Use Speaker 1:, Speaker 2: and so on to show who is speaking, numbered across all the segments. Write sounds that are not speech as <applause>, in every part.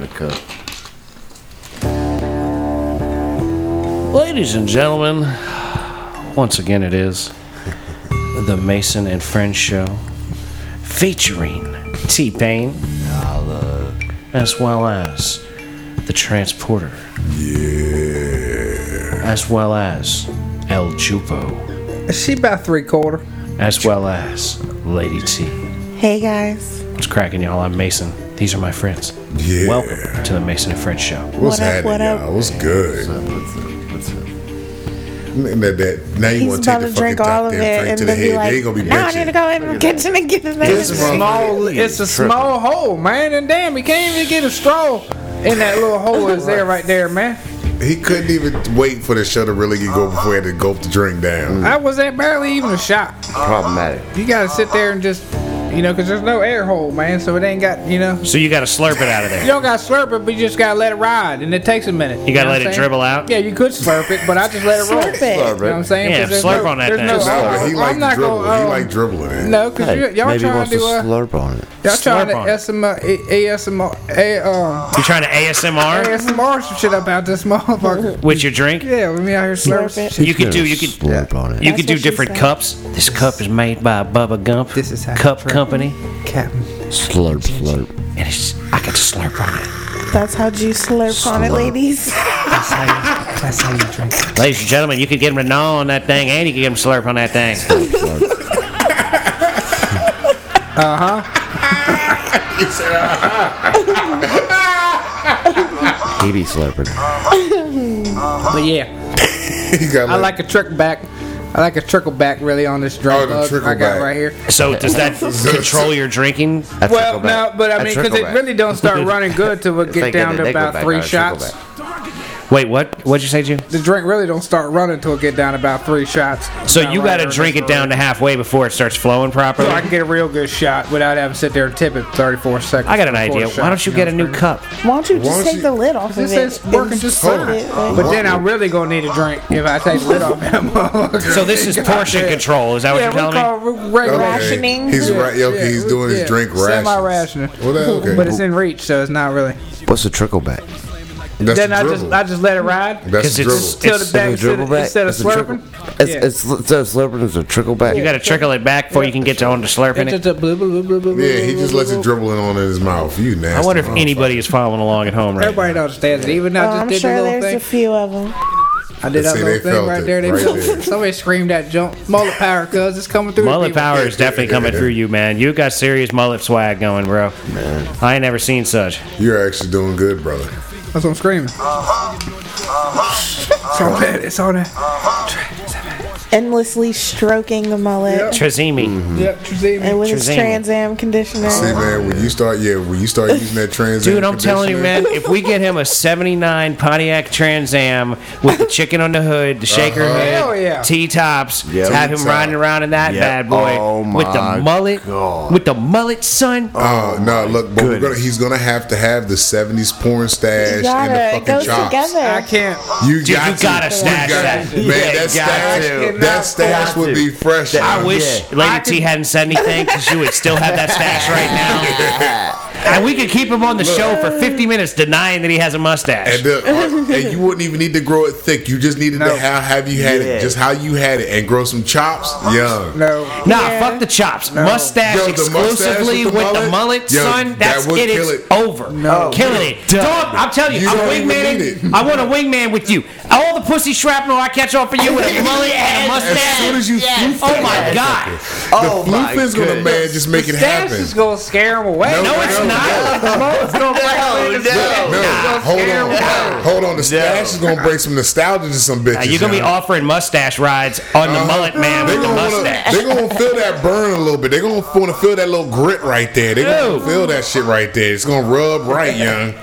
Speaker 1: America.
Speaker 2: Ladies and gentlemen, once again it is the Mason and Friends show featuring T Pain as well as the Transporter. As well as El Jupo.
Speaker 3: Is she about three quarter?
Speaker 2: As well as Lady T.
Speaker 4: Hey guys.
Speaker 2: What's cracking, y'all? I'm Mason. These are my friends.
Speaker 5: Yeah.
Speaker 2: Welcome to the Mason and Friends show.
Speaker 4: What up,
Speaker 5: What's happening,
Speaker 4: what up?
Speaker 5: y'all? What's good?
Speaker 1: What's up? What's up?
Speaker 5: Man, that- that- now you
Speaker 4: He's
Speaker 5: want to
Speaker 4: about
Speaker 5: take
Speaker 4: to
Speaker 5: the fucking
Speaker 4: drink all
Speaker 5: top
Speaker 4: of
Speaker 5: damn
Speaker 4: it
Speaker 5: drink
Speaker 4: and
Speaker 5: to the
Speaker 4: then be
Speaker 5: head.
Speaker 4: like,
Speaker 5: they ain't gonna be
Speaker 4: now I need to
Speaker 5: bitching.
Speaker 4: go in the kitchen and get this
Speaker 5: This
Speaker 4: thing.
Speaker 5: small
Speaker 3: It's a small hole, man, and damn, he can't even get a straw in that little hole that's there right there, man.
Speaker 5: He couldn't even wait for the show to really get
Speaker 4: Uh-huh.
Speaker 5: go before he had to gulp the drink down.
Speaker 4: Mm.
Speaker 3: I was at barely even a shot.
Speaker 1: Problematic.
Speaker 3: You gotta sit there and just, you know, 'cause there's no air hole, man, so it ain't got, you know.
Speaker 2: So you gotta slurp it out of
Speaker 3: You
Speaker 2: there.
Speaker 3: don't gotta slurp it, but you just gotta let it ride, and it takes a minute.
Speaker 2: You gotta
Speaker 3: know
Speaker 2: let
Speaker 3: what
Speaker 2: it
Speaker 3: I'm saying?
Speaker 2: dribble out?
Speaker 3: Yeah, you could slurp it, but I just let it roll.
Speaker 4: Slurp it.
Speaker 3: You know what I'm saying?
Speaker 2: Yeah,
Speaker 3: 'Cause there's
Speaker 2: slurp
Speaker 3: no-
Speaker 2: on that
Speaker 3: there's
Speaker 2: thing.
Speaker 3: No,
Speaker 2: Nah,
Speaker 5: Nah, but
Speaker 3: I'm
Speaker 5: he liked
Speaker 3: not
Speaker 5: dribbling.
Speaker 3: gonna.
Speaker 5: he
Speaker 3: um,
Speaker 5: liked dribbling it.
Speaker 3: No, because
Speaker 1: Hey,
Speaker 3: y'all
Speaker 1: maybe he
Speaker 3: trying
Speaker 1: wants
Speaker 3: to
Speaker 1: to
Speaker 3: do uh,
Speaker 1: slurp on it.
Speaker 3: Y'all trying to
Speaker 2: Slurp on it.
Speaker 3: ASMR, ASMR, A, uh,
Speaker 2: You trying to ASMR
Speaker 3: ASMR some shit about this
Speaker 4: <laughs>
Speaker 3: motherfucker.
Speaker 2: with your drink?
Speaker 3: Yeah, with me out here slurping.
Speaker 4: Slurp it.
Speaker 2: You could do you could
Speaker 1: slurp on it.
Speaker 2: You
Speaker 4: That's
Speaker 2: could do
Speaker 4: what she
Speaker 2: different
Speaker 4: said.
Speaker 2: cups. This cup is made by Bubba Gump
Speaker 3: This is how
Speaker 2: Cup
Speaker 3: you drink.
Speaker 2: Company,
Speaker 3: Captain.
Speaker 1: Slurp, slurp.
Speaker 2: and it's I could slurp on it.
Speaker 4: That's how you slurp, on it,
Speaker 1: Slurp.
Speaker 5: <laughs>
Speaker 4: ladies.
Speaker 3: That's how you, that's how you drink.
Speaker 2: Ladies and gentlemen, you could get him to gnaw on that thing, and you could get him to slurp on that thing.
Speaker 1: He be slurping.
Speaker 3: But yeah,
Speaker 5: <laughs> He got
Speaker 3: I like a trickle back. I like a trickle back really on this drink
Speaker 5: Oh, the
Speaker 3: bug I
Speaker 5: trickle
Speaker 3: got
Speaker 5: back.
Speaker 3: right here.
Speaker 2: So
Speaker 3: <laughs>
Speaker 2: does that control your drinking?
Speaker 1: That's
Speaker 3: Well, no,
Speaker 1: Nickelback.
Speaker 3: but I
Speaker 1: That's
Speaker 3: mean, because it
Speaker 1: Nickelback.
Speaker 3: really don't start running good till we
Speaker 1: If
Speaker 3: get
Speaker 1: they
Speaker 3: down
Speaker 1: did
Speaker 3: to
Speaker 1: it,
Speaker 3: about
Speaker 1: Nickelback,
Speaker 3: three
Speaker 1: not a
Speaker 3: shots.
Speaker 1: Nickelback.
Speaker 2: Wait, what? What'd you say, Jim?
Speaker 3: The drink really don't start running till it get down to about three shots.
Speaker 2: So
Speaker 3: About
Speaker 2: you
Speaker 3: right
Speaker 2: got to
Speaker 3: there.
Speaker 2: drink it down to halfway before it starts flowing
Speaker 3: So I
Speaker 2: properly.
Speaker 3: can get a real good shot without having to sit there and tip it 34 seconds.
Speaker 2: I got an
Speaker 3: before
Speaker 2: idea.
Speaker 3: the shot,
Speaker 2: Why don't you
Speaker 3: know
Speaker 2: get a
Speaker 3: what
Speaker 2: new
Speaker 3: I'm
Speaker 2: cup?
Speaker 4: Why don't you
Speaker 5: Why
Speaker 4: just
Speaker 5: don't
Speaker 4: take
Speaker 5: you-
Speaker 4: the lid off of
Speaker 3: This
Speaker 4: it?
Speaker 3: is working
Speaker 4: and
Speaker 3: just
Speaker 4: slurp
Speaker 3: fine.
Speaker 4: it, like-
Speaker 3: But then I'm really gonna need a drink if I take lid off that motherfucker.
Speaker 2: So
Speaker 3: <laughs>
Speaker 2: this is portion control. Is that what
Speaker 3: yeah,
Speaker 2: you're
Speaker 3: we
Speaker 2: telling
Speaker 3: call
Speaker 2: me?
Speaker 3: it regular
Speaker 4: Okay. rationing.
Speaker 5: He's right. yo,
Speaker 3: Yeah,
Speaker 5: he's
Speaker 3: yeah,
Speaker 5: doing
Speaker 3: yeah,
Speaker 5: his drink rations.
Speaker 3: semi-rationing.
Speaker 5: Well, that, okay.
Speaker 3: but it's in reach, so it's not really.
Speaker 1: What's a trickleback?
Speaker 5: That's
Speaker 3: then
Speaker 5: the
Speaker 3: I
Speaker 5: dribble.
Speaker 3: just I just let it ride.
Speaker 2: 'Cause
Speaker 5: That's the
Speaker 2: it's-
Speaker 5: dribble.
Speaker 3: Till the
Speaker 2: It's
Speaker 3: bag
Speaker 1: Is it a
Speaker 3: instead, of-
Speaker 1: dribbleback?
Speaker 3: instead of
Speaker 1: It's a trickle-
Speaker 3: slurping.
Speaker 1: It's,
Speaker 3: yeah.
Speaker 1: it's, instead of slurping, it's a trickleback.
Speaker 2: You got to trickle it back before you can get to on to slurping
Speaker 3: It's
Speaker 2: it.
Speaker 3: just a blue, blue, blue, blue, blue,
Speaker 5: Yeah, he
Speaker 3: blue,
Speaker 5: just
Speaker 3: blue,
Speaker 5: lets
Speaker 3: blue.
Speaker 5: it dribble in on in his mouth. You nasty.
Speaker 2: I wonder if
Speaker 5: motherfucker.
Speaker 2: anybody is following along at home right now.
Speaker 3: Everybody understands it. Even though
Speaker 4: Oh,
Speaker 3: I
Speaker 4: I'm
Speaker 3: just did
Speaker 4: sure
Speaker 3: the
Speaker 4: there's
Speaker 3: little
Speaker 4: a
Speaker 3: thing.
Speaker 4: few of them.
Speaker 3: I did
Speaker 5: See,
Speaker 3: that
Speaker 5: they
Speaker 3: little thing
Speaker 5: felt
Speaker 3: right
Speaker 5: it
Speaker 3: there. They
Speaker 5: right
Speaker 3: felt
Speaker 5: there.
Speaker 3: it. Somebody screamed that jump. Mullet power, cuz it's coming through. to
Speaker 2: Mullet
Speaker 3: people.
Speaker 2: power is definitely coming through you, man. You got serious mullet swag going, bro. I ain't never seen such.
Speaker 5: You're actually doing good, brother.
Speaker 3: That's what I'm screaming. It's on that. It's on that.
Speaker 4: Endlessly stroking the mullet.
Speaker 3: Yep.
Speaker 2: Trazimi.
Speaker 3: Yep, you see me.
Speaker 4: And with his
Speaker 2: Trazani.
Speaker 4: Trans Am conditioner.
Speaker 5: See, man, when you start, yeah, when you start using that trans,
Speaker 2: Dude, I'm telling you, man, if we get him a 79 Pontiac Trans Am with the chicken on the hood, the shaker
Speaker 5: Uh-huh.
Speaker 3: Hell
Speaker 2: hood,
Speaker 3: yeah.
Speaker 2: T-tops,
Speaker 1: Yeah.
Speaker 2: have him
Speaker 5: T-top.
Speaker 2: riding around in that
Speaker 1: Yeah.
Speaker 2: bad boy
Speaker 1: Oh
Speaker 2: with the
Speaker 1: my
Speaker 2: mullet,
Speaker 1: God.
Speaker 2: with the mullet, son.
Speaker 5: Oh, no, look, but we're gonna,
Speaker 1: goodness.
Speaker 5: he's gonna have to have the '70s porn
Speaker 4: You
Speaker 5: stash and
Speaker 4: gotta, it
Speaker 5: the
Speaker 4: goes
Speaker 5: fucking chops.
Speaker 4: together.
Speaker 3: I can't.
Speaker 5: You
Speaker 2: Dude,
Speaker 5: got
Speaker 2: you gotta
Speaker 5: to.
Speaker 2: stash
Speaker 5: got-
Speaker 2: that.
Speaker 5: man.
Speaker 2: Yeah,
Speaker 5: that
Speaker 1: got
Speaker 5: stash,
Speaker 1: to.
Speaker 5: that stash
Speaker 1: Got
Speaker 5: would
Speaker 1: to.
Speaker 5: be fresh. <laughs>
Speaker 1: That-
Speaker 2: I wish
Speaker 1: yeah.
Speaker 2: Lady
Speaker 3: I
Speaker 2: T
Speaker 3: could-
Speaker 2: hadn't said anything because she would still have that stash right
Speaker 5: <laughs>
Speaker 2: now. and we could keep him on the show for 50 minutes denying that he has a mustache.
Speaker 5: And, the, and you wouldn't even need to grow it thick. You just needed
Speaker 3: No.
Speaker 5: to how have you had
Speaker 1: Yeah.
Speaker 5: it, just how you had it, and grow some chops. Young.
Speaker 3: No.
Speaker 2: Nah,
Speaker 4: Yeah.
Speaker 2: fuck the chops. Mustache
Speaker 5: Yo, the
Speaker 2: exclusively
Speaker 5: mustache with the
Speaker 2: with the
Speaker 5: mullet?
Speaker 2: mullet,
Speaker 5: Yo,
Speaker 2: son.
Speaker 5: that
Speaker 2: That's
Speaker 5: would
Speaker 2: it.
Speaker 5: kill
Speaker 2: It's
Speaker 5: it.
Speaker 2: over. Killing it. Dog, I'm telling you,
Speaker 5: You
Speaker 2: I'm
Speaker 5: don't even need
Speaker 2: wingmaning.
Speaker 5: it.
Speaker 2: I want a wingman with you. All the pussy shrapnel I catch off of you with a mullet and a mustache.
Speaker 5: <laughs> As soon as you floof
Speaker 2: oh
Speaker 5: that
Speaker 2: my
Speaker 5: motherfucker,
Speaker 2: god.
Speaker 1: Oh,
Speaker 5: the floof is gonna man just make it
Speaker 3: Stash
Speaker 5: happen.
Speaker 3: is gonna scare him away.
Speaker 5: No,
Speaker 2: No, it's
Speaker 5: No,
Speaker 2: not.
Speaker 3: It's gonna break away the
Speaker 1: no,
Speaker 3: stash.
Speaker 5: No,
Speaker 3: It's gonna
Speaker 5: hold
Speaker 3: scare
Speaker 5: on,
Speaker 3: him away.
Speaker 5: hold on. The stash is gonna bring some nostalgia to some bitches.
Speaker 2: Now, you're gonna be
Speaker 5: yo.
Speaker 2: offering mustache rides on the
Speaker 5: Uh-huh.
Speaker 2: mullet man
Speaker 5: They
Speaker 2: with the
Speaker 5: gonna wanna,
Speaker 2: mustache.
Speaker 5: they gonna feel that burn a little bit. They're gonna wanna feel that little grit right there. They're
Speaker 2: Dude.
Speaker 5: gonna feel that shit right there. It's gonna rub right, young.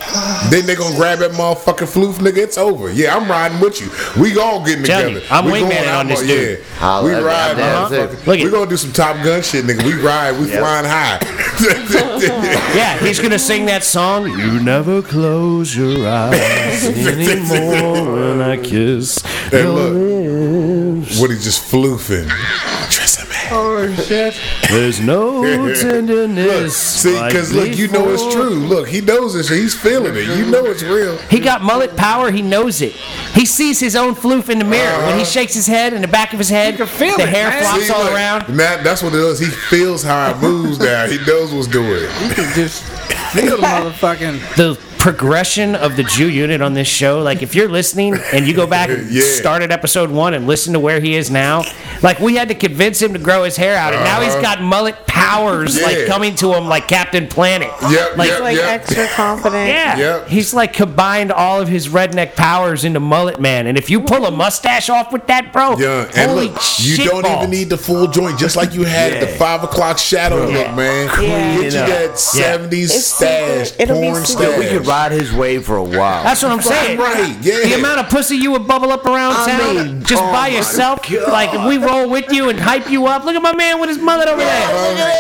Speaker 5: then they gonna grab that motherfucking floof, nigga. It's over. Yeah, I'm riding with you. We all getting
Speaker 2: Tell
Speaker 5: together.
Speaker 2: you, I'm
Speaker 5: we
Speaker 2: wingmanning
Speaker 5: going out
Speaker 2: on this
Speaker 5: mo-
Speaker 2: dude.
Speaker 5: Yeah. We
Speaker 1: Holla at me. I'm
Speaker 5: ride,
Speaker 1: down too.
Speaker 5: motherfucker.
Speaker 2: Look at-
Speaker 5: we gonna do some Top Gun shit, nigga. We ride, we flying
Speaker 1: <laughs>
Speaker 5: high.
Speaker 2: Yeah, he's gonna sing that song. You never close
Speaker 5: <laughs>
Speaker 2: your eyes anymore when I kiss.
Speaker 5: Hey, look.
Speaker 6: nose.
Speaker 5: <laughs> What he just floofing. Trisame.
Speaker 3: Oh shit!
Speaker 6: There's no
Speaker 5: <laughs> Look,
Speaker 6: tenderness.
Speaker 5: see,
Speaker 6: like
Speaker 5: because look, you know it's
Speaker 6: before.
Speaker 5: true. Look, he knows this. He's feeling it. You know it's real.
Speaker 2: He got mullet power. He knows it. He sees his own floof in the mirror when he shakes his head and the back of his head.
Speaker 3: can feel
Speaker 2: the
Speaker 3: it,
Speaker 2: hair
Speaker 3: man.
Speaker 2: flops
Speaker 5: Uh-huh. See,
Speaker 2: all
Speaker 5: look,
Speaker 2: around.
Speaker 5: Matt, that's what it is. He feels how it moves now. He knows what's doing.
Speaker 3: You can just feel the motherfucking.
Speaker 2: The progression of the Jew unit on this show. Like if you're listening and you
Speaker 5: <laughs>
Speaker 2: go back and
Speaker 5: Yeah.
Speaker 2: start at episode one and listen to where he is now, like we had to convince him to grow his hair out, and now he's
Speaker 5: Uh-huh.
Speaker 2: got mullet powers
Speaker 5: Yeah.
Speaker 2: like coming to him like Captain Planet.
Speaker 5: Yep,
Speaker 2: Like-
Speaker 5: yep,
Speaker 4: Like
Speaker 5: yep.
Speaker 4: extra confident.
Speaker 2: Yeah.
Speaker 5: Yep.
Speaker 2: He's like combined all of his redneck powers into mullet man. And if you pull a mustache off with that, bro,
Speaker 5: Yeah, and
Speaker 2: holy
Speaker 5: look,
Speaker 2: shit.
Speaker 5: you don't even need the full joint, just like you had the five o'clock shadow look, man.
Speaker 4: Yeah.
Speaker 5: Get you that seventies
Speaker 4: It's
Speaker 5: stash
Speaker 4: secret. It'll be
Speaker 5: porn
Speaker 4: secret.
Speaker 5: stash.
Speaker 4: Yeah,
Speaker 1: We could ride his wave for a while.
Speaker 2: That's what I'm saying.
Speaker 5: right, yeah.
Speaker 2: The amount of pussy you would bubble up around
Speaker 1: I
Speaker 2: town
Speaker 1: mean,
Speaker 2: just
Speaker 1: oh
Speaker 2: by
Speaker 1: my
Speaker 2: yourself.
Speaker 1: God.
Speaker 2: Like if we roll with you and hype you up. Look at my man with his mullet over there.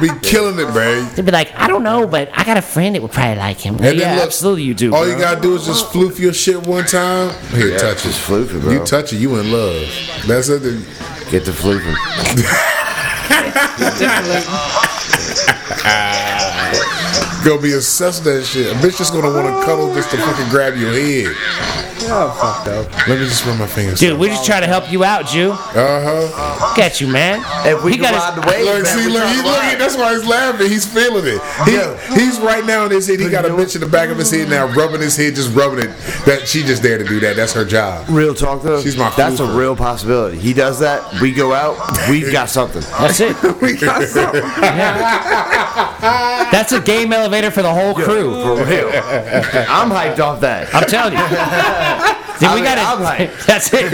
Speaker 5: be killing it, man.
Speaker 2: They'd be like, I don't know, but I got a friend that would probably like him.
Speaker 5: And
Speaker 2: yeah,
Speaker 5: then look,
Speaker 2: absolutely you do.
Speaker 5: All
Speaker 2: bro.
Speaker 5: you gotta do is just floof your shit one time. Here, touch it.
Speaker 1: just floof it, bro.
Speaker 5: You touch it, you in love. That's it.
Speaker 1: Get the flooping.
Speaker 5: Gonna be obsessed with that shit. A bitch just gonna want to cuddle just to fucking grab your head.
Speaker 3: Oh, fucked up.
Speaker 5: Let me just run my fingers.
Speaker 2: Dude, we're just trying to help you out, Jew.
Speaker 5: Uh huh.
Speaker 2: Look at you, man.
Speaker 1: If we
Speaker 2: He
Speaker 1: could
Speaker 2: got
Speaker 1: ride
Speaker 2: his-
Speaker 1: the wave,
Speaker 5: Look,
Speaker 1: man,
Speaker 5: see,
Speaker 1: we
Speaker 5: look,
Speaker 1: trying
Speaker 5: he's
Speaker 1: to
Speaker 5: looking.
Speaker 1: ride.
Speaker 5: That's why he's laughing. He's feeling it. He, He's right now in his head. He got a bitch in the back of his head now, rubbing his head, just rubbing it. That she just there to do that. That's her job.
Speaker 1: Real talk though.
Speaker 5: She's my
Speaker 1: That's a
Speaker 5: floofer.
Speaker 1: real possibility. He does that. We go out. We've
Speaker 5: <laughs>
Speaker 1: got something.
Speaker 2: That's
Speaker 1: <laughs>
Speaker 2: it. Yeah. That's a game elevator for the whole crew.
Speaker 1: For
Speaker 5: <laughs>
Speaker 1: real. I'm hyped off that.
Speaker 2: I'm telling you. Then
Speaker 1: I
Speaker 2: we
Speaker 1: mean, I'm
Speaker 2: gotta, <laughs>
Speaker 1: hyped.
Speaker 2: that's it.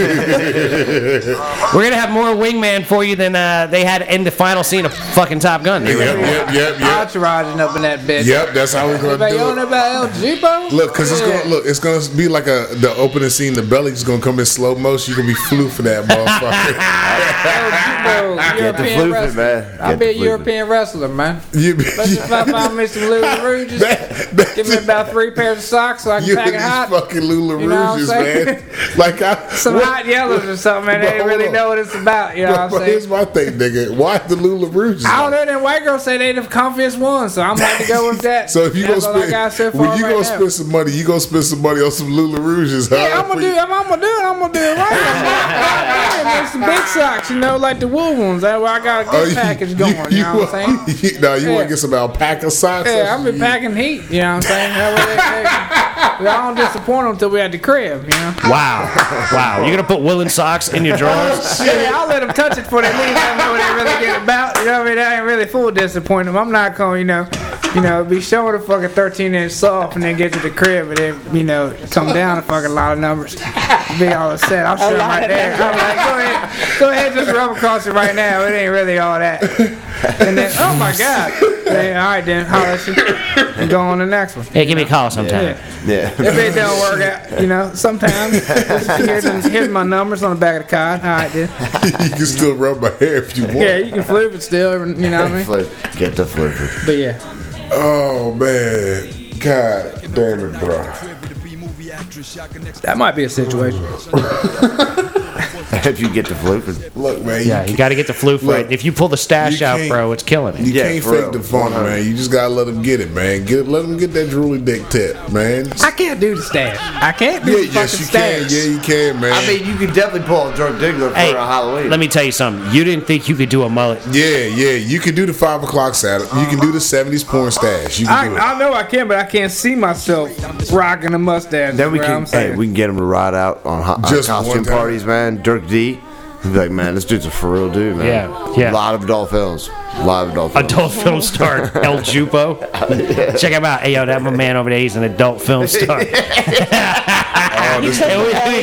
Speaker 2: We're gonna have more wingman for you than uh, they had in the final scene of fucking Top Gun.
Speaker 5: Yep, yep, yep, yep.
Speaker 3: Entouraging up in that bitch.
Speaker 5: Yep, that's how we're gonna
Speaker 3: Everybody
Speaker 5: do
Speaker 3: on
Speaker 5: it.
Speaker 3: about El Jeepo?
Speaker 5: Look, cause it's
Speaker 3: Yeah.
Speaker 5: gonna look, it's gonna be like a the opening scene. The belly's gonna come in slow motion. You gonna be flu
Speaker 3: <laughs>
Speaker 5: for that
Speaker 3: El
Speaker 5: motherfucker.
Speaker 3: Jeepo, European
Speaker 1: floofing,
Speaker 3: wrestler.
Speaker 1: man.
Speaker 3: I'll
Speaker 1: Get
Speaker 3: be a
Speaker 1: the floofing.
Speaker 3: European wrestler, man.
Speaker 5: you be,
Speaker 3: Let's just pop out me some Lulu Rouges.
Speaker 5: That- that's-
Speaker 3: Give me about three pairs of socks so I can
Speaker 5: you
Speaker 3: pack
Speaker 5: in
Speaker 3: it
Speaker 5: these
Speaker 3: hot.
Speaker 5: fucking Lula
Speaker 3: You know what I'm
Speaker 5: Rouges,
Speaker 3: saying?
Speaker 5: man. <laughs> Like I,
Speaker 3: some
Speaker 5: what-
Speaker 3: hot yellows or something, and they
Speaker 5: But
Speaker 3: didn't
Speaker 5: hold
Speaker 3: really
Speaker 5: on.
Speaker 3: know what it's about. You know what I'm
Speaker 5: But here's
Speaker 3: saying?
Speaker 5: my thing, nigga. Why the Lula Rouges?
Speaker 3: I don't know. Then white girls say they the comfiest ones, so I'm about to go with that.
Speaker 5: <laughs> So if you gonna
Speaker 3: That's all I
Speaker 5: spend,
Speaker 3: got so far
Speaker 5: when you
Speaker 3: right
Speaker 5: gonna
Speaker 3: now.
Speaker 5: spend some money, you gonna spend some money on some Lula Rouges, huh?
Speaker 3: Yeah, I'm gonna do. I'm, I'm gonna do it. I'm gonna do it right. I'm
Speaker 5: <laughs>
Speaker 3: gonna- I'm gonna make some big socks, you know, like the wool ones. That's why I got a
Speaker 5: Oh,
Speaker 3: good package going. You, know what
Speaker 5: <laughs>
Speaker 3: I'm saying?
Speaker 5: saying? no, you want
Speaker 3: Yeah.
Speaker 5: to get some alpaca socks?
Speaker 3: Yeah,
Speaker 5: That's-
Speaker 3: I've been packing heat. You know what I'm saying? That way they- they- I don't disappoint them until we at the crib. You know?
Speaker 2: Wow, wow! You're gonna put woolen socks in your
Speaker 3: <laughs>
Speaker 2: drawers?
Speaker 3: Yeah, I'll let them touch it before they leave. I know what they really get about. You know what I mean? I ain't really full disappoint them. I'm not gonna, you know, you know, be showing a fucking 13 inch soft and then get to the crib and then, you know, come down a fucking lot of numbers. Be all upset. I'm sure I'm right there. I'm like, go ahead, go ahead, just rub across it right now. It ain't really all that. And then, oh my god. Hey, all right then, holler at you. and go on to the next one.
Speaker 2: Hey, give me a call sometime.
Speaker 3: Yeah.
Speaker 1: <laughs> Yeah.
Speaker 3: If it don't work out, you know, sometimes here's, here's my numbers on the back of the card. All right then.
Speaker 5: <laughs> you can still rub my hair if you want.
Speaker 3: Yeah, you can flip it still, you know what I mean?
Speaker 1: Flip. Get
Speaker 2: <laughs>
Speaker 1: the flooping.
Speaker 3: But yeah.
Speaker 5: Oh man, god damn it, bro.
Speaker 3: That might be a situation.
Speaker 1: If you get the flooping.
Speaker 5: Look, man,
Speaker 2: Yeah,
Speaker 5: you,
Speaker 2: you got to get the flu
Speaker 5: Look,
Speaker 2: right. If you pull the stash
Speaker 5: you
Speaker 2: out,
Speaker 5: can't-
Speaker 2: bro, it's killing it.
Speaker 5: you
Speaker 1: Yeah,
Speaker 5: can't
Speaker 1: for
Speaker 5: fake
Speaker 1: real.
Speaker 5: the funk, man. You just gotta let them get it, man. Get let them get that drooly dick tip, man.
Speaker 3: I can't do the stash. I can't do
Speaker 5: Yeah,
Speaker 3: the fucking
Speaker 5: yes, you
Speaker 3: stash.
Speaker 5: can. Yeah, you can, man.
Speaker 1: I mean, you could definitely pull a Dirk Diggler for
Speaker 2: Hey,
Speaker 1: a Halloween.
Speaker 2: let me tell you something. You didn't think you could do a mullet.
Speaker 5: yeah, yeah, you can do the five o'clock Saturday. You can do the seventies porn stash. You
Speaker 3: I,
Speaker 5: can do it.
Speaker 3: I know I can, but I can't see myself rocking a mustache.
Speaker 1: Then we
Speaker 3: bro,
Speaker 1: can,
Speaker 3: I'm saying.
Speaker 1: hey, we can get him to ride out on, ho- on
Speaker 5: Just
Speaker 1: costume
Speaker 5: one time.
Speaker 1: parties, man. Dirk D. He'd be like, man, this dude's a for real dude, man.
Speaker 2: Yeah, yeah.
Speaker 1: A lot of adult films. A lot of adult films. <laughs>
Speaker 2: Adult film star El Jupo. Check him out. Hey, yo, that my man over there. He's an adult film star. <laughs> And we-
Speaker 4: E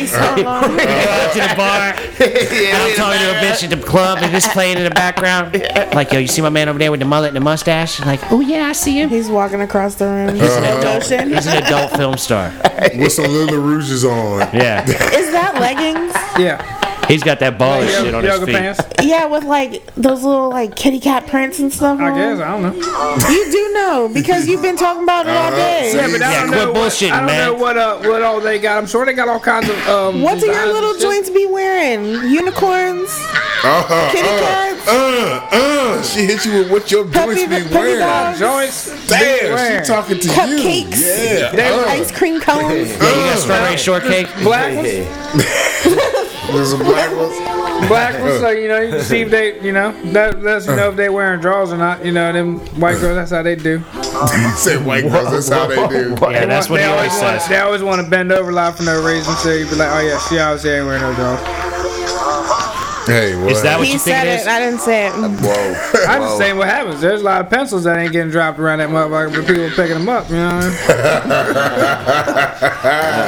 Speaker 2: we-
Speaker 3: <laughs>
Speaker 5: <laughs>
Speaker 4: Salon.
Speaker 2: I go out to the
Speaker 1: <laughs>
Speaker 2: bar. and I'm talking to a bitch at the club, and this playing in the background. Like, yo, you see my man over there with the mullet and the mustache? Like, oh yeah, I see him.
Speaker 4: He's walking across the room.
Speaker 2: He's an
Speaker 5: Uh-huh.
Speaker 2: adult. He's an adult film star.
Speaker 5: With some Lila Rouges on.
Speaker 2: <laughs> Yeah.
Speaker 4: Is that leggings?
Speaker 3: yeah.
Speaker 2: He's got that baller
Speaker 3: Yo-
Speaker 2: shit on his
Speaker 3: yoga
Speaker 2: feet.
Speaker 3: pants.
Speaker 4: Yeah, with like those little like kitty cat prints and stuff.
Speaker 3: I
Speaker 4: on.
Speaker 3: guess I don't know.
Speaker 4: You do know because you've been talking about it all
Speaker 5: Uh-huh.
Speaker 4: day.
Speaker 5: Yeah,
Speaker 3: but
Speaker 2: Yeah,
Speaker 3: I don't
Speaker 2: quit
Speaker 3: know what,
Speaker 2: bullshitting,
Speaker 3: I don't
Speaker 2: man.
Speaker 3: know what uh, what all they got. I'm sure they got all kinds of um.
Speaker 4: What do
Speaker 3: designs
Speaker 4: your
Speaker 3: and
Speaker 4: little
Speaker 3: shit.
Speaker 4: joints be wearing? Unicorns,
Speaker 5: Uh,
Speaker 4: kitty
Speaker 5: uh,
Speaker 4: cats.
Speaker 5: uh, uh, she hit you with what your
Speaker 4: Puppy-
Speaker 5: joints be
Speaker 4: puppy
Speaker 5: wearing.
Speaker 4: dogs.
Speaker 3: joints?
Speaker 5: Damn,
Speaker 3: Beware.
Speaker 5: she talking to
Speaker 4: Cupcakes.
Speaker 5: you. Yeah.
Speaker 3: They
Speaker 5: uh,
Speaker 4: ice cream cones.
Speaker 5: uh,
Speaker 2: You got strawberry shortcake?
Speaker 3: Black ones,
Speaker 5: There's a black one.
Speaker 3: black ones. So you know, you can see if they, you know, that lets you know if they wearing drawers or not. You know, them white girls. That's how they do.
Speaker 5: <laughs> He said white girls. That's how they do.
Speaker 2: Yeah, that's what
Speaker 3: they
Speaker 2: he always
Speaker 3: want,
Speaker 2: says.
Speaker 3: They always want to bend over loud for no reason. So you be like, oh yeah, she obviously ain't wearing no drawers.
Speaker 5: Hey, what?
Speaker 2: Is that what
Speaker 4: He
Speaker 2: you think
Speaker 4: said
Speaker 2: it
Speaker 4: it.
Speaker 2: is?
Speaker 4: I didn't say it.
Speaker 1: Whoa.
Speaker 3: I'm just saying what happens. There's a lot of pencils that ain't getting dropped around that motherfucker, but people picking them up. You know what I mean?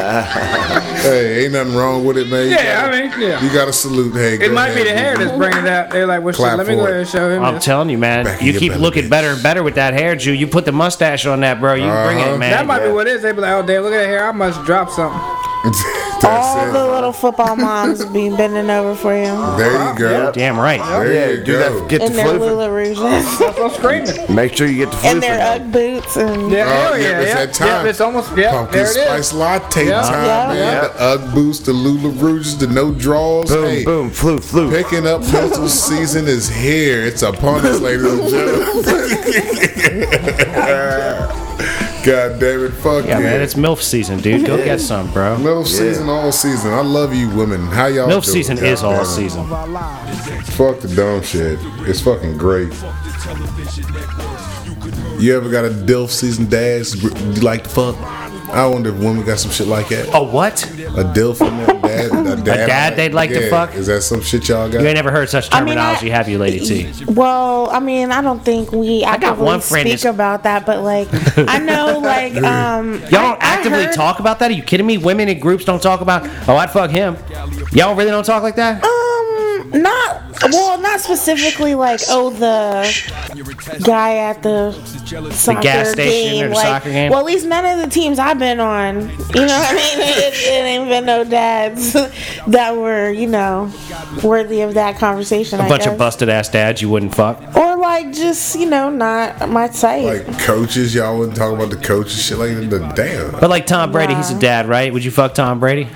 Speaker 5: hey, ain't nothing wrong with it, man. You
Speaker 3: Yeah,
Speaker 5: gotta-
Speaker 3: I mean, yeah.
Speaker 5: You gotta salute. Hey,
Speaker 3: It
Speaker 5: go
Speaker 3: might be
Speaker 5: ahead.
Speaker 3: the hair that's bringing it out. They're like, well, shit,
Speaker 5: Clap
Speaker 3: let me go
Speaker 5: for
Speaker 3: ahead
Speaker 5: it.
Speaker 3: and show him.
Speaker 2: I'm
Speaker 3: this.
Speaker 2: telling you,
Speaker 5: Back
Speaker 2: man.
Speaker 5: in
Speaker 2: You
Speaker 5: your
Speaker 2: keep
Speaker 5: belly,
Speaker 2: looking
Speaker 5: bitch.
Speaker 2: better and better with that hair, Jew. You put the mustache on that, bro. You bring
Speaker 5: Uh-huh.
Speaker 2: it, man.
Speaker 3: that might be what it is. They be like, oh, damn, look at that hair. I must drop something.
Speaker 5: That's
Speaker 4: All
Speaker 5: it.
Speaker 4: the little football moms be bending over for you
Speaker 5: <laughs> There you go.
Speaker 2: Damn right.
Speaker 5: There you
Speaker 1: Yeah, do
Speaker 5: go.
Speaker 1: that. Get the
Speaker 4: in their
Speaker 1: flu.
Speaker 4: Lula Rouges
Speaker 3: I'm screaming.
Speaker 1: Make sure you get the
Speaker 4: <laughs>
Speaker 1: flu.
Speaker 4: and their Ugg boots and
Speaker 3: Yeah,
Speaker 5: Oh,
Speaker 3: hell
Speaker 5: yeah,
Speaker 3: yeah, yeah.
Speaker 5: it's that time.
Speaker 3: Yep, it's almost, yeah,
Speaker 5: Pumpkin
Speaker 3: there it is.
Speaker 5: spice latte
Speaker 3: Yeah.
Speaker 5: time,
Speaker 4: Yeah.
Speaker 5: man.
Speaker 1: Yeah.
Speaker 5: The Ugg boots, the Lula Rouges, the no draws.
Speaker 1: Boom,
Speaker 5: hey,
Speaker 1: boom, flu, flu. <laughs>
Speaker 5: Picking up mental season is here. It's upon us, ladies and gentlemen. <laughs> God damn it, fuck
Speaker 2: Yeah,
Speaker 5: you.
Speaker 2: man. It's MILF season, dude. Go get some, bro.
Speaker 5: Middle season, all season. I love you, women. How y'all?
Speaker 2: MILF
Speaker 5: doing?
Speaker 2: season
Speaker 5: God
Speaker 2: is
Speaker 5: damn
Speaker 2: all
Speaker 5: it.
Speaker 2: season.
Speaker 5: Fuck the dumb shit. It's fucking great. You ever got a DILF season dash you like to fuck? I wonder if women got some shit like that.
Speaker 2: A what?
Speaker 5: A DILF in their dad. A dad,
Speaker 2: dad they'd like to fuck?
Speaker 5: Is that some shit y'all got?
Speaker 2: You ain't never heard such
Speaker 4: I mean,
Speaker 2: terminology,
Speaker 4: I-
Speaker 2: have you, Lady T?
Speaker 4: Well, I mean, I don't think we
Speaker 2: got
Speaker 4: actively
Speaker 2: one friend
Speaker 4: speak
Speaker 2: that's-
Speaker 4: about that, but like, I
Speaker 2: <laughs>
Speaker 4: know, like, um,
Speaker 2: Y'all don't
Speaker 4: I- I
Speaker 2: actively
Speaker 4: heard-
Speaker 2: talk about that? Are you kidding me? Women in groups don't talk about, oh, I'd fuck him. Y'all really don't talk like that?
Speaker 4: Um, not well, not specifically like oh the guy at the soccer
Speaker 2: station
Speaker 4: game.
Speaker 2: or
Speaker 4: like,
Speaker 2: soccer game?
Speaker 4: Well, at least none of the teams I've been on, you know, what I mean, <laughs> it, it ain't been no dads <laughs> that were you know worthy of that conversation.
Speaker 2: A
Speaker 4: I
Speaker 2: bunch of
Speaker 4: guess.
Speaker 2: busted ass dads you wouldn't fuck.
Speaker 4: or like just you know not my type.
Speaker 5: Like coaches, y'all wouldn't talk about the coaches shit like that. The damn. <laughs>
Speaker 2: But like Tom Brady, he's a dad, right? Would you fuck Tom Brady?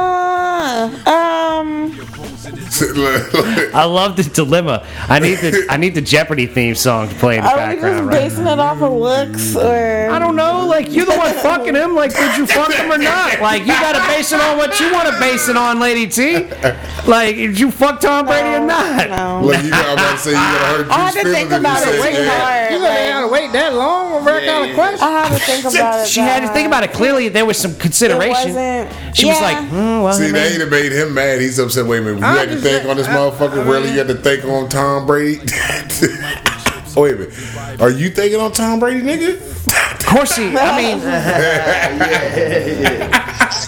Speaker 4: uh, um,
Speaker 2: I love the dilemma. I need the I need the Jeopardy theme song to play in the
Speaker 4: <laughs> are we
Speaker 2: background,
Speaker 4: just
Speaker 2: right?
Speaker 4: basing it off of looks or?
Speaker 2: I don't know. Like you're the one fucking him. Like did you fuck him or not? Like you gotta base it on what you want to base it on, Lady T. Like did you fuck Tom Brady or not?
Speaker 4: know.
Speaker 5: Like you, I'm about to say you gotta hurt.
Speaker 4: I had
Speaker 5: Juice
Speaker 4: to think
Speaker 5: feelings if you
Speaker 4: about it
Speaker 5: say
Speaker 4: way
Speaker 5: that.
Speaker 4: hard.
Speaker 3: You gonna
Speaker 4: like-
Speaker 3: have to wait that long over that kind of question?
Speaker 4: I had to think
Speaker 2: <laughs>
Speaker 4: about it.
Speaker 2: She had to
Speaker 4: that
Speaker 2: think about it. Clearly, there was some consideration.
Speaker 4: wasn't-
Speaker 2: she was
Speaker 4: yeah.
Speaker 2: like, mm, well,
Speaker 5: See,
Speaker 2: maybe-
Speaker 5: they ain't have made him mad. He's upset. Wait a minute. You
Speaker 3: I
Speaker 5: had to
Speaker 3: just
Speaker 5: think
Speaker 3: said-
Speaker 5: on this
Speaker 3: I-
Speaker 5: motherfucker.
Speaker 3: I
Speaker 5: really,
Speaker 3: mean-
Speaker 5: you had to think on Tom Brady. <laughs> Wait a minute. Are you thinking on Tom Brady, nigga? <laughs>
Speaker 2: of course he. I
Speaker 4: <laughs>
Speaker 2: <laughs> mean,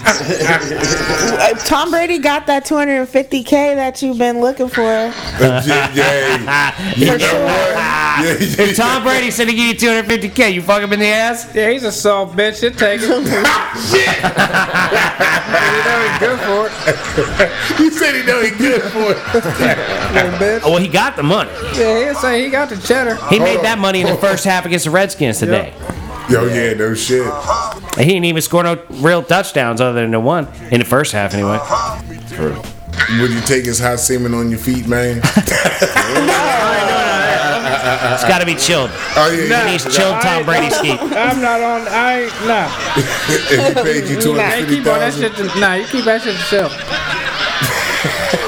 Speaker 4: Uh, Tom Brady got that 250k that you've been looking for.
Speaker 5: yeah, yeah. You know what? Yeah, yeah.
Speaker 2: <laughs> if Tom Brady said he give you 250k, you fuck him in the ass.
Speaker 3: Yeah, he's a soft bitch. It <laughs>
Speaker 5: <laughs>
Speaker 3: takes him. Shit. you know he's good for it.
Speaker 5: You said <laughs> he know he good for it.
Speaker 3: Little
Speaker 5: <laughs>
Speaker 3: bitch.
Speaker 2: Oh, well, he got the money.
Speaker 3: Yeah, he'll say he got the cheddar.
Speaker 2: He made that money in the first half against the Redskins today.
Speaker 5: Yo, yeah, no shit.
Speaker 2: And he didn't even score no real touchdowns other than the one in the first half, anyway.
Speaker 5: Would you take his hot semen on your feet, man?
Speaker 3: <laughs>
Speaker 2: It's got to be chilled.
Speaker 5: Oh yeah,
Speaker 2: He
Speaker 5: yeah.
Speaker 2: needs chilled Tom Brady's feet.
Speaker 3: I'm not on. I ain't. Nah.
Speaker 5: if he paid you two
Speaker 3: Nah,
Speaker 5: hundred
Speaker 3: you
Speaker 5: fifty
Speaker 3: keep on that shit.
Speaker 5: thousand,
Speaker 3: To, nah, you keep that shit to <laughs> yourself.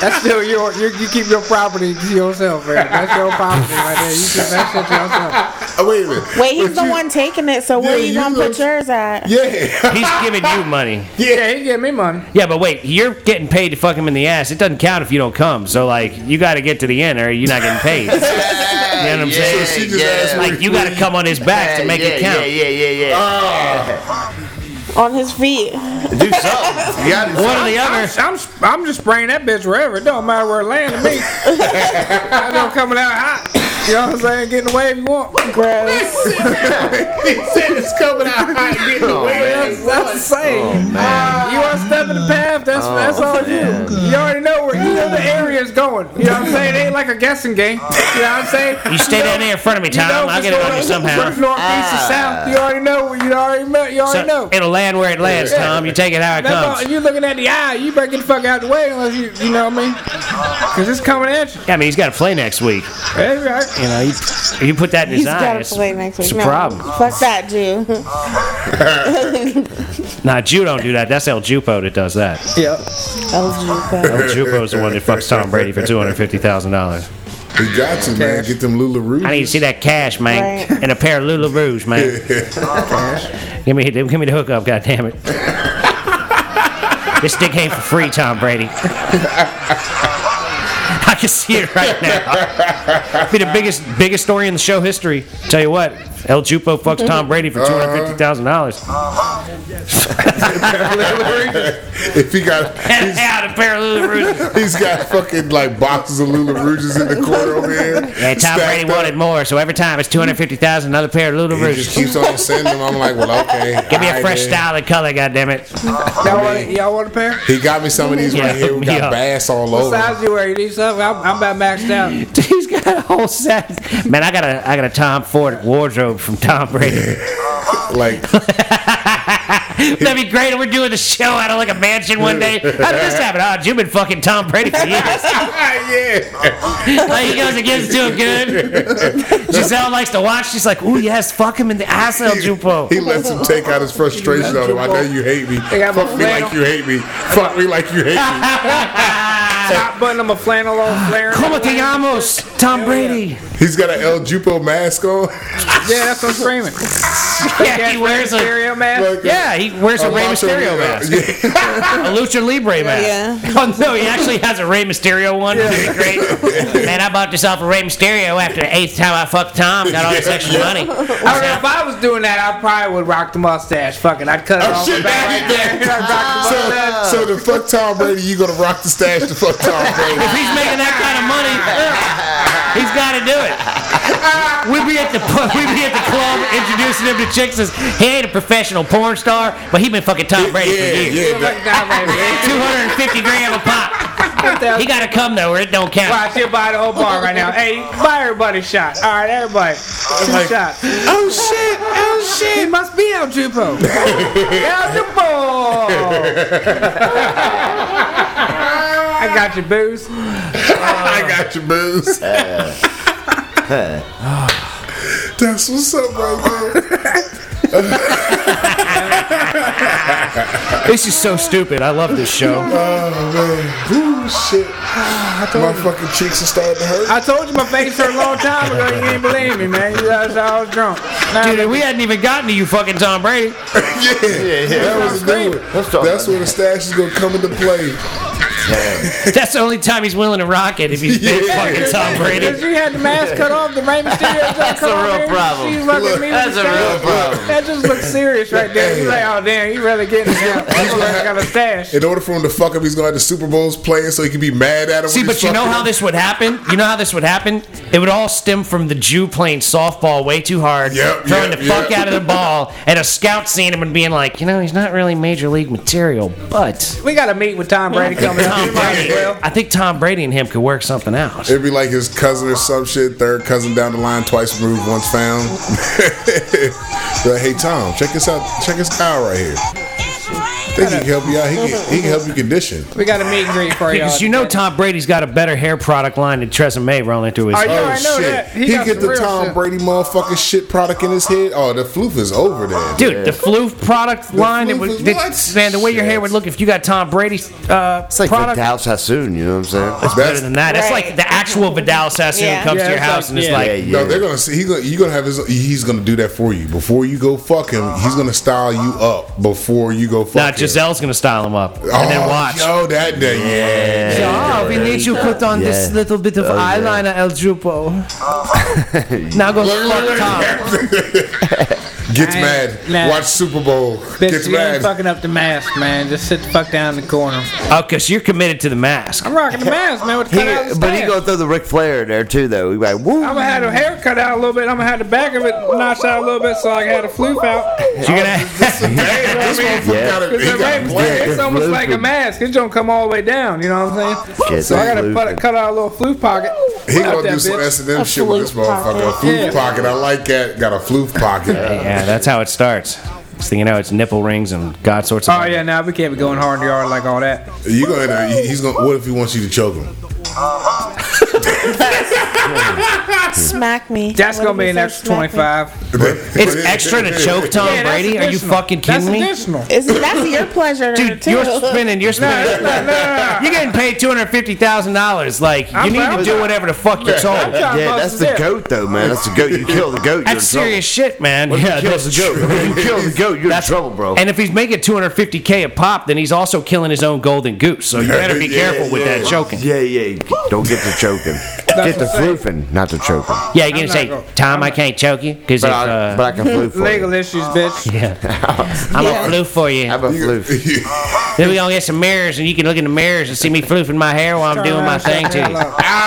Speaker 3: That's still your, your. You keep your property to yourself, man. That's your property right there. You keep that shit to yourself.
Speaker 5: oh, wait a minute.
Speaker 4: Wait, he's
Speaker 5: But
Speaker 4: the
Speaker 5: you-
Speaker 4: one taking it, so where
Speaker 5: Yeah,
Speaker 4: you
Speaker 5: you
Speaker 4: gonna
Speaker 5: look-
Speaker 4: put yours at?
Speaker 5: Yeah, <laughs>
Speaker 2: He's giving you money.
Speaker 3: Yeah, he give me money.
Speaker 2: Yeah, but wait, you're getting paid to fuck him in the ass. It doesn't count if you don't come. So, like, you got to get to the end or you're not getting paid. you know <laughs> what I'm saying?
Speaker 5: she just asked me-
Speaker 2: Like, you got to come on his back to make it count.
Speaker 1: yeah, yeah, yeah.
Speaker 4: On his feet.
Speaker 1: do something. You gotta do
Speaker 2: One or the
Speaker 3: I'm,
Speaker 2: other.
Speaker 3: I'm, I'm just spraying that bitch wherever. It don't matter where it lands <laughs> to me. I know I'm coming out hot. You know what I'm saying? Getting away if you want.
Speaker 4: Gross.
Speaker 5: he said it's
Speaker 3: <laughs>
Speaker 5: coming out
Speaker 1: Oh,
Speaker 5: hot. Getting away.
Speaker 3: Uh, That's, that's the same. you want to step in the path, that's, that's all you. going. You know what I'm saying? It ain't like a guessing game. You know what I'm saying?
Speaker 2: You stay down there in front of me, Tom. I'll get it on you somehow.
Speaker 3: First north, east, and south. You already know. You already know. You
Speaker 2: So
Speaker 3: already know.
Speaker 2: it'll land where it lands,
Speaker 3: Yeah.
Speaker 2: Tom. You take it how it
Speaker 3: That's all-
Speaker 2: comes.
Speaker 3: if you're looking at the eye, you better get the fuck out of the way unless you, you know what I mean? Because it's coming at you.
Speaker 2: Yeah, I mean, he's got to play next week.
Speaker 3: That's right.
Speaker 2: You know, you, you put that in his
Speaker 4: He's got to
Speaker 2: eyes.
Speaker 4: play next week.
Speaker 2: It's a
Speaker 4: No,
Speaker 2: problem.
Speaker 4: Fuck that, Jew.
Speaker 2: Nah, Jew don't do that. That's El Jupo that does that.
Speaker 3: Yeah.
Speaker 2: <laughs>
Speaker 4: El
Speaker 2: El Jupo's the one that fucks Tom Brady for two hundred fifty thousand dollars.
Speaker 5: You got to, man. Get them Lularoos.
Speaker 2: I need to see that cash, man,
Speaker 4: Right.
Speaker 2: and a pair of Lularoos,
Speaker 5: <laughs>
Speaker 2: man. give me, give me the hookup, goddamn
Speaker 5: <laughs>
Speaker 2: it. this dick ain't for free, Tom Brady. <laughs> I can see it right now. Be the biggest, biggest story in the show history. Tell you what, El Jupo fucks Tom Brady for two hundred fifty thousand dollars.
Speaker 5: <laughs> if he got,
Speaker 3: <laughs>
Speaker 2: And
Speaker 5: he's,
Speaker 2: out a pair of Lularoos.
Speaker 5: <laughs> he's got fucking like boxes of Lularoos in the corner over here.
Speaker 2: Yeah, Tom
Speaker 5: stacked
Speaker 2: Brady
Speaker 5: up.
Speaker 2: wanted more, so every time it's two hundred fifty thousand, another pair of
Speaker 5: He just
Speaker 2: Lularoos.
Speaker 5: keeps on sending them. I'm like, well, okay.
Speaker 2: <laughs> Give me a
Speaker 5: alright
Speaker 2: fresh
Speaker 5: then.
Speaker 2: style and color, goddammit.
Speaker 3: Y'all want, y'all want a pair?
Speaker 5: He got me some of these
Speaker 2: Yeah,
Speaker 5: right here. We
Speaker 2: hook me
Speaker 5: got
Speaker 2: up.
Speaker 5: bass all
Speaker 3: What
Speaker 5: over.
Speaker 3: size you wear? These up? I'm, I'm about maxed out.
Speaker 2: <laughs> He's got a whole set. Man, I got a I got a Tom Ford wardrobe from Tom Brady.
Speaker 5: Like, <laughs>
Speaker 2: That'd be great if we're doing the show out of like a mansion one day. How did this happen? Oh, you've been fucking Tom Brady for <laughs> years.
Speaker 5: ah, yeah.
Speaker 2: Like he goes against too good. Giselle likes to watch. She's like, ooh yes, fuck him in the ass, El Jupo. <laughs>
Speaker 5: He lets him take out his frustration on him. I know you hate me.
Speaker 3: got my
Speaker 5: Fuck me
Speaker 3: flannel.
Speaker 5: like you hate me. Fuck me like you hate me.
Speaker 2: <laughs>
Speaker 3: Top button, I'm a flannel on flare.
Speaker 2: Como te llamas, Tom Brady?
Speaker 5: He's got an El Jupo
Speaker 2: <laughs>
Speaker 5: mask on.
Speaker 3: Yeah, that's what I'm screaming.
Speaker 2: Yeah, he wears a
Speaker 3: Stereo mask.
Speaker 5: Like,
Speaker 2: yeah, he wears a Rey
Speaker 5: Alonso
Speaker 2: Mysterio
Speaker 5: Luna.
Speaker 2: mask.
Speaker 5: <laughs> Yeah.
Speaker 2: a Lucha Libre mask.
Speaker 4: Yeah.
Speaker 2: <laughs> Oh no, he actually has a Rey Mysterio one. That'd be <laughs> Great. Man, I bought this off of Rey Mysterio after the eighth time I fucked Tom. Got all this extra
Speaker 4: <laughs>
Speaker 2: money.
Speaker 3: I don't know, if I was doing that, I probably would rock the mustache. Fuck it, I'd cut it
Speaker 5: Oh,
Speaker 3: off
Speaker 5: shit,
Speaker 3: the back
Speaker 5: I <laughs>
Speaker 3: right
Speaker 5: did
Speaker 3: there. I'd
Speaker 5: Oh.
Speaker 3: rock the mustache.
Speaker 2: <laughs>
Speaker 5: So, so the fuck Tom Brady, you gonna rock the stash to fuck Tom Brady.
Speaker 2: If he's making that kind of <laughs> money, he's got to do it. We'd be at the <laughs> pub- we'd be at the club introducing him to chicks. As, he ain't a professional porn star, but he been fucking Tom Brady for years.
Speaker 5: yeah, yeah.
Speaker 3: Fuck that, baby.
Speaker 2: 250 gram a pop.
Speaker 3: What the hell?
Speaker 2: He got to come though, or it don't count.
Speaker 3: Watch, you buy the whole bar right now. Hey, buy everybody a shot. All right, everybody. Two shots.
Speaker 5: Oh shit! Oh
Speaker 3: He must be El Jupo. El Jupo! I got your booze.
Speaker 5: I got your booze. <laughs> <sighs> That's what's up right there.
Speaker 2: This is so stupid. I love this show.
Speaker 5: Oh man, <laughs> Ooh, <sighs> shit! My fucking cheeks are starting to hurt.
Speaker 3: I told you my face hurt a long time ago. You didn't believe me, man. You guys I was drunk. Now,
Speaker 2: Dude, we hadn't even gotten to you fucking Tom Brady.
Speaker 5: <laughs> yeah, yeah, that was a good one.
Speaker 1: Let's talk
Speaker 5: That's
Speaker 1: about
Speaker 5: where the stash is gonna come into play.
Speaker 2: That's the only time he's willing to rock it if he's been
Speaker 5: <laughs> Yeah.
Speaker 2: fucking Tom
Speaker 3: Because
Speaker 5: <laughs>
Speaker 2: Brady.
Speaker 3: you had the mask cut off, the Rey
Speaker 1: <laughs>
Speaker 3: Mysterio cut
Speaker 1: That's a
Speaker 3: off
Speaker 1: real
Speaker 3: here,
Speaker 1: problem.
Speaker 3: She looked at me with
Speaker 1: That's
Speaker 3: the
Speaker 1: a real
Speaker 3: stash.
Speaker 1: problem.
Speaker 3: That just looks serious right there. He's like, oh damn, you really getting it now. That's why I got a stash.
Speaker 5: In order for him to fuck up, he's gonna have the Super Bowls playing so he can be mad at him.
Speaker 2: See,
Speaker 5: when he's
Speaker 2: but you know
Speaker 5: fucking
Speaker 2: how
Speaker 5: up.
Speaker 2: this would happen? You know how this would happen? It would all stem from the Jew playing softball way too hard,
Speaker 5: Yep,
Speaker 2: throwing
Speaker 5: yep,
Speaker 2: the fuck
Speaker 5: yep.
Speaker 2: out of the ball, and a scout seeing him and being like, you know, he's not really major league material, but
Speaker 3: We got to meet with Tom Brady
Speaker 5: <laughs>
Speaker 3: coming up.
Speaker 2: Tom
Speaker 3: You might as
Speaker 2: Brady,
Speaker 3: well.
Speaker 2: I think Tom Brady and him could work something out.
Speaker 5: It'd be like his cousin or some shit, third cousin down the line, twice removed, once found. <laughs> Be like, hey Tom, check this out, check this out right here. Think he can help you out? He can, he can help you condition.
Speaker 3: We got to meet and greet for y'all.
Speaker 2: Because you know Tom Brady's got a better hair product line than Tresemme rolling through his
Speaker 3: Are you-
Speaker 5: Oh
Speaker 3: I know
Speaker 5: shit!
Speaker 3: that. He
Speaker 5: He,
Speaker 3: got
Speaker 5: get
Speaker 3: some
Speaker 5: the
Speaker 3: real
Speaker 5: Tom
Speaker 3: shit.
Speaker 5: Brady motherfucking shit product in his head. Oh, the floof is over there.
Speaker 2: Dude, the floof product line, that
Speaker 5: floof
Speaker 2: would,
Speaker 5: is
Speaker 2: that-
Speaker 5: what?
Speaker 2: man, the way your hair would look if you got Tom Brady's uh,
Speaker 1: It's like
Speaker 2: product.
Speaker 1: the Dallas Hassoon, you know what
Speaker 5: Uh,
Speaker 1: I'm saying?
Speaker 2: better than that. That's
Speaker 4: Right.
Speaker 2: like the actual Vidal Sassoon
Speaker 4: Yeah.
Speaker 2: comes
Speaker 3: Yeah,
Speaker 2: to your
Speaker 3: it's
Speaker 2: house
Speaker 3: like-
Speaker 2: and is
Speaker 3: yeah.
Speaker 2: like,
Speaker 1: Yeah, yeah.
Speaker 5: No, they're gonna see. He's gonna, you gonna have his. He's gonna do that for you before you go fuck him. He's gonna style you up before you go fuck
Speaker 2: nah,
Speaker 5: him.
Speaker 2: Giselle's gonna style him up
Speaker 5: Oh,
Speaker 2: and then watch.
Speaker 5: Yo, that day, yeah.
Speaker 7: Oh, we need to put on this
Speaker 1: Yeah.
Speaker 7: little bit of
Speaker 3: Oh, <laughs>
Speaker 7: eyeliner, El Jupo. now go fuck Tom.
Speaker 5: Gets
Speaker 3: I
Speaker 5: mad.
Speaker 3: ain't mad.
Speaker 5: Watch Super Bowl.
Speaker 3: Bitch,
Speaker 5: Gets
Speaker 3: you ain't
Speaker 5: mad.
Speaker 3: fucking up the mask, man. Just sit the fuck down in the corner.
Speaker 2: Oh, because you're committed to the mask.
Speaker 3: I'm rocking the mask, man. With the
Speaker 1: He,
Speaker 3: cut out the
Speaker 1: but he
Speaker 3: stash.
Speaker 1: go through the Ric Flair there too, though. He like, woo.
Speaker 3: I'm gonna have the hair cut out a little bit. I'm gonna have the back of it notched out a little bit so I can have the floof out.
Speaker 2: You're <laughs> gonna.
Speaker 5: This motherfucker
Speaker 1: Yeah.
Speaker 5: got a-
Speaker 3: It's,
Speaker 5: he
Speaker 3: a
Speaker 5: got a
Speaker 3: rape
Speaker 5: plan.
Speaker 3: blade. it's almost like a mask. It's gonna come all the way down. You know what I'm saying?
Speaker 1: Shit,
Speaker 3: so I gotta
Speaker 1: that's
Speaker 3: put, cut out a little floof pocket.
Speaker 5: He
Speaker 3: Out
Speaker 5: gonna
Speaker 3: that
Speaker 5: do some
Speaker 3: bitch.
Speaker 5: S and M
Speaker 4: A
Speaker 5: shit with this
Speaker 4: floof
Speaker 5: motherfucker. A
Speaker 4: pocket.
Speaker 5: floof
Speaker 3: Yeah.
Speaker 5: pocket. I like that. Got a floof pocket.
Speaker 2: Yeah, that's how it starts. Next thing you know, it's nipple rings and God sorts of.
Speaker 3: Oh yeah, now we can't be going hard in the yard like
Speaker 2: <laughs>
Speaker 3: all that.
Speaker 5: You gonna? end up- he- He's gonna. What if he wants you to choke him?
Speaker 4: Smack me.
Speaker 3: That's
Speaker 4: What
Speaker 3: gonna
Speaker 4: did
Speaker 3: be
Speaker 4: he
Speaker 3: an
Speaker 4: say?
Speaker 3: extra
Speaker 4: Smack me.
Speaker 3: twenty five.
Speaker 2: It's extra to choke Tom
Speaker 3: Yeah, that's
Speaker 2: Brady. Are you
Speaker 3: additional.
Speaker 2: fucking kidding
Speaker 3: that's
Speaker 2: me?
Speaker 3: Additional.
Speaker 4: It's, that's your pleasure,
Speaker 2: Dude,
Speaker 4: too.
Speaker 2: you're spending. You're spending. <laughs> You're getting paid two hundred fifty thousand dollars. Like you
Speaker 3: I'm-
Speaker 2: need to
Speaker 3: I'm
Speaker 2: do
Speaker 3: not-
Speaker 2: whatever the fuck
Speaker 3: <laughs>
Speaker 2: you're told.
Speaker 3: trying to
Speaker 1: Yeah,
Speaker 3: bust
Speaker 1: that's
Speaker 3: his
Speaker 1: the
Speaker 3: dip.
Speaker 1: goat though, man. That's the goat. You kill the goat, you're in
Speaker 2: That's serious shit, man.
Speaker 1: trouble.
Speaker 2: Yeah,
Speaker 1: you kill
Speaker 2: that's
Speaker 1: the goat.
Speaker 2: true.
Speaker 1: If you kill the goat, you're in trouble, bro.
Speaker 2: And if he's making 250k a pop, then he's also killing his own golden goose. So you better be
Speaker 5: Yeah,
Speaker 2: careful with
Speaker 5: yeah.
Speaker 2: that choking. Yeah,
Speaker 1: yeah, yeah. Don't get the choking. get the floofing, not the choking.
Speaker 2: you're gonna
Speaker 3: not
Speaker 2: say,
Speaker 3: gonna-
Speaker 2: Tom, I can't choke you because
Speaker 1: But, I,
Speaker 2: uh,
Speaker 1: but I can floof for
Speaker 3: Legal
Speaker 1: you.
Speaker 3: issues, bitch.
Speaker 1: <laughs>
Speaker 2: I'm gonna floof for you.
Speaker 1: I'm
Speaker 2: <laughs>
Speaker 5: <laughs>
Speaker 1: a floof.
Speaker 2: Then we gonna get some mirrors, and you can look in the mirrors and see me floofing my hair while I'm doing my thing
Speaker 3: Turn around, shut the
Speaker 2: too.
Speaker 3: hell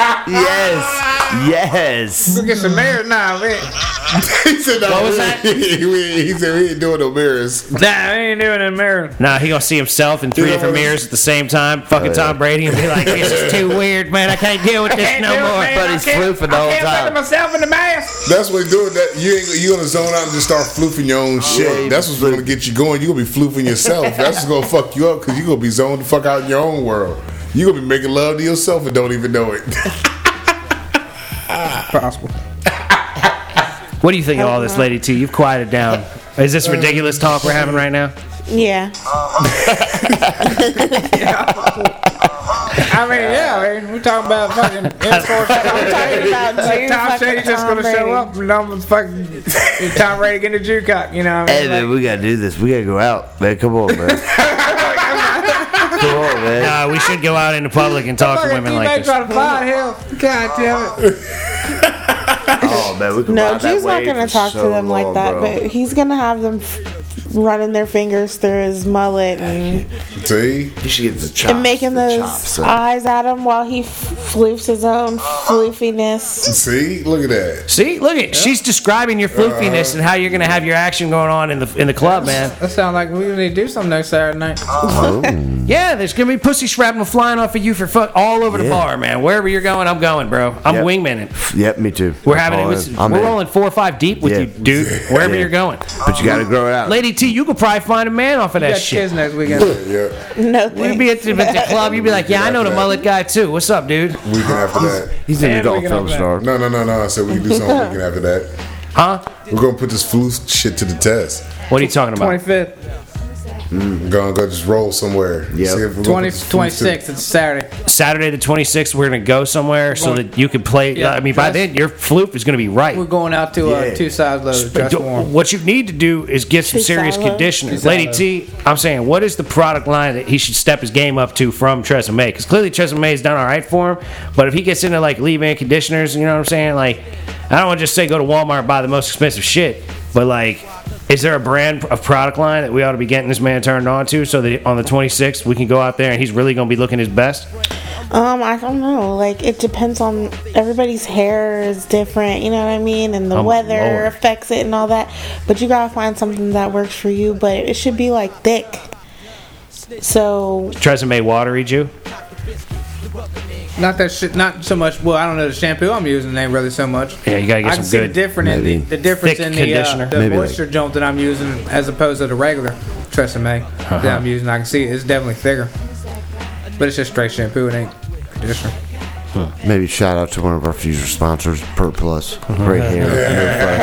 Speaker 3: up.
Speaker 1: Yes. Yes.
Speaker 3: Go Get some mirror, nah, man.
Speaker 5: <laughs> he said, no,
Speaker 2: What was
Speaker 5: we-
Speaker 2: that?
Speaker 5: we- he said we ain't doing no mirrors.
Speaker 3: Nah, I ain't doing a mirror.
Speaker 2: Nah, he gonna see himself in three different mirrors at the same time,
Speaker 1: Oh,
Speaker 2: fucking Tom Brady, and be like, "This is too weird, man. I can't deal with this
Speaker 3: Can't
Speaker 2: no
Speaker 3: do it,
Speaker 2: more."
Speaker 3: man.
Speaker 1: But
Speaker 3: I
Speaker 1: he's
Speaker 3: can't-
Speaker 1: floofing the whole
Speaker 3: I can't
Speaker 1: time.
Speaker 3: look at myself in the mask.
Speaker 5: That's what he's doing. That you ain't you gonna zone out and just start floofing your own shit.
Speaker 1: you
Speaker 5: That's what's gonna get you going. You gonna be floofing yourself. That's what's gonna fuck you up because you gonna be zoned the fuck out in your own world. You gonna be making love to yourself and don't even know it. <laughs>
Speaker 3: Possible.
Speaker 2: What do you think of all this, Lady T? You've quieted down. Is this ridiculous talk we're having right now?
Speaker 4: <laughs> Yeah.
Speaker 3: I mean, yeah, man. We talking about
Speaker 2: <laughs>
Speaker 3: fucking intercourse. I'm
Speaker 4: Talking about June
Speaker 3: Tom Shady
Speaker 4: fucking
Speaker 3: just
Speaker 4: Tom
Speaker 3: gonna show
Speaker 4: Brady.
Speaker 3: up and I'm fucking Tom Brady getting the juke up, you know what I
Speaker 1: Hey
Speaker 3: mean?
Speaker 1: man, we gotta do this. We gotta go out, man.
Speaker 4: <laughs>
Speaker 1: Come on, man. Come on, man.
Speaker 2: Uh, we should go out into public and talk to
Speaker 3: Fucking
Speaker 2: women
Speaker 3: teammate
Speaker 2: like this.
Speaker 3: trying to fly hell. God damn it.
Speaker 1: Oh man, we can
Speaker 4: No,
Speaker 1: ride that
Speaker 4: Drew's not
Speaker 1: wave
Speaker 4: gonna
Speaker 1: for
Speaker 4: talk
Speaker 1: so
Speaker 4: to them like
Speaker 1: long,
Speaker 4: that,
Speaker 1: bro.
Speaker 4: but he's gonna have them f- running their fingers through his mullet and,
Speaker 5: See,
Speaker 1: you should get the chops.
Speaker 4: and making
Speaker 1: the
Speaker 4: those
Speaker 1: chops, son.
Speaker 4: eyes at him while he f- floofs his own floofiness. <laughs>
Speaker 5: see, look at that.
Speaker 2: See, look at she's describing your floofiness and how you're gonna have your action going on in the in the club, man.
Speaker 3: That sounds like we need to do something next Saturday night.
Speaker 2: Yeah, there's gonna be pussy shrapnel flying off of you for fuck all over the bar, man. Wherever you're going, I'm going, bro. I'm
Speaker 1: Yep.
Speaker 2: wingmaning.
Speaker 1: Yep, me too.
Speaker 2: We're having it.
Speaker 1: All
Speaker 2: was-
Speaker 1: in.
Speaker 2: We're
Speaker 1: I'm in.
Speaker 2: rolling four or five deep with
Speaker 1: Yeah.
Speaker 2: you, dude. Wherever
Speaker 1: Yeah.
Speaker 2: you're going,
Speaker 1: but you gotta grow it out.
Speaker 2: Lady T, you could probably find a man off of that
Speaker 3: Got
Speaker 2: shit.
Speaker 3: kids next weekend.
Speaker 5: Yeah,
Speaker 4: No,
Speaker 2: You'd
Speaker 4: thanks.
Speaker 2: be at the, at the club. You'd be like, yeah, I know the
Speaker 5: Yeah.
Speaker 2: mullet guy too. What's up, dude?
Speaker 5: weekend after that.
Speaker 1: He's an
Speaker 3: And we
Speaker 1: adult
Speaker 3: can
Speaker 1: film
Speaker 3: have
Speaker 1: star.
Speaker 5: No, no, no, no. I said we can do something weekend after that.
Speaker 2: Huh?
Speaker 5: We're gonna put this floof shit to the test.
Speaker 2: What are you talking about?
Speaker 3: 25th,
Speaker 5: We're gonna go just roll somewhere.
Speaker 1: Yep.
Speaker 5: See if we're gonna
Speaker 3: 20,
Speaker 5: put this floof to-
Speaker 3: 26th, it's Saturday.
Speaker 2: Saturday the 26th, we're gonna go somewhere so that you can play.
Speaker 3: Yeah,
Speaker 2: I mean, by
Speaker 3: dress-
Speaker 2: then your floof is gonna be right.
Speaker 3: We're going out to uh,
Speaker 1: Yeah.
Speaker 3: two sides low, dress
Speaker 2: Do-
Speaker 3: warm.
Speaker 2: What you need to do is get some
Speaker 4: She's
Speaker 2: serious
Speaker 4: solid.
Speaker 2: conditioning.
Speaker 3: She's
Speaker 2: Lady
Speaker 3: solid.
Speaker 2: T, I'm saying, what is the product line that he should step his game up to from Tresemme? Because clearly Tresemme has done all right for him, but if he gets into like leave-in conditioners, you know what I'm saying? Like, I don't want to just say go to Walmart and buy the most expensive shit, but like, is there a brand of product line that we ought to be getting this man turned on to so that on the 26th we can go out there and he's really going to be looking his best?
Speaker 4: Um, I don't know. Like it depends on everybody's hair is different. You know what I mean? And the
Speaker 2: Oh, my
Speaker 4: weather
Speaker 2: Lord.
Speaker 4: affects it and all that. But you gotta find something that works for you. But it should be like thick. So
Speaker 2: Tresemme watery Jew?
Speaker 3: Not that shit. Not so much. Well, I don't know the shampoo I'm using ain't really so much.
Speaker 2: Yeah, you gotta get
Speaker 3: I
Speaker 2: some
Speaker 3: can see
Speaker 2: good-
Speaker 3: the difference in the,
Speaker 1: maybe
Speaker 3: the difference
Speaker 2: thick
Speaker 3: in the,
Speaker 2: conditioner.
Speaker 3: uh, the
Speaker 1: Maybe like-
Speaker 3: moisture jump that I'm using as opposed to the regular Tresemme
Speaker 2: Uh-huh.
Speaker 3: that I'm using. I can see it's definitely thicker, but it's just straight shampoo. It ain't conditioner.
Speaker 1: Maybe shout out to one of our future sponsors, Per Plus.
Speaker 2: Uh-huh.
Speaker 1: Right here. Per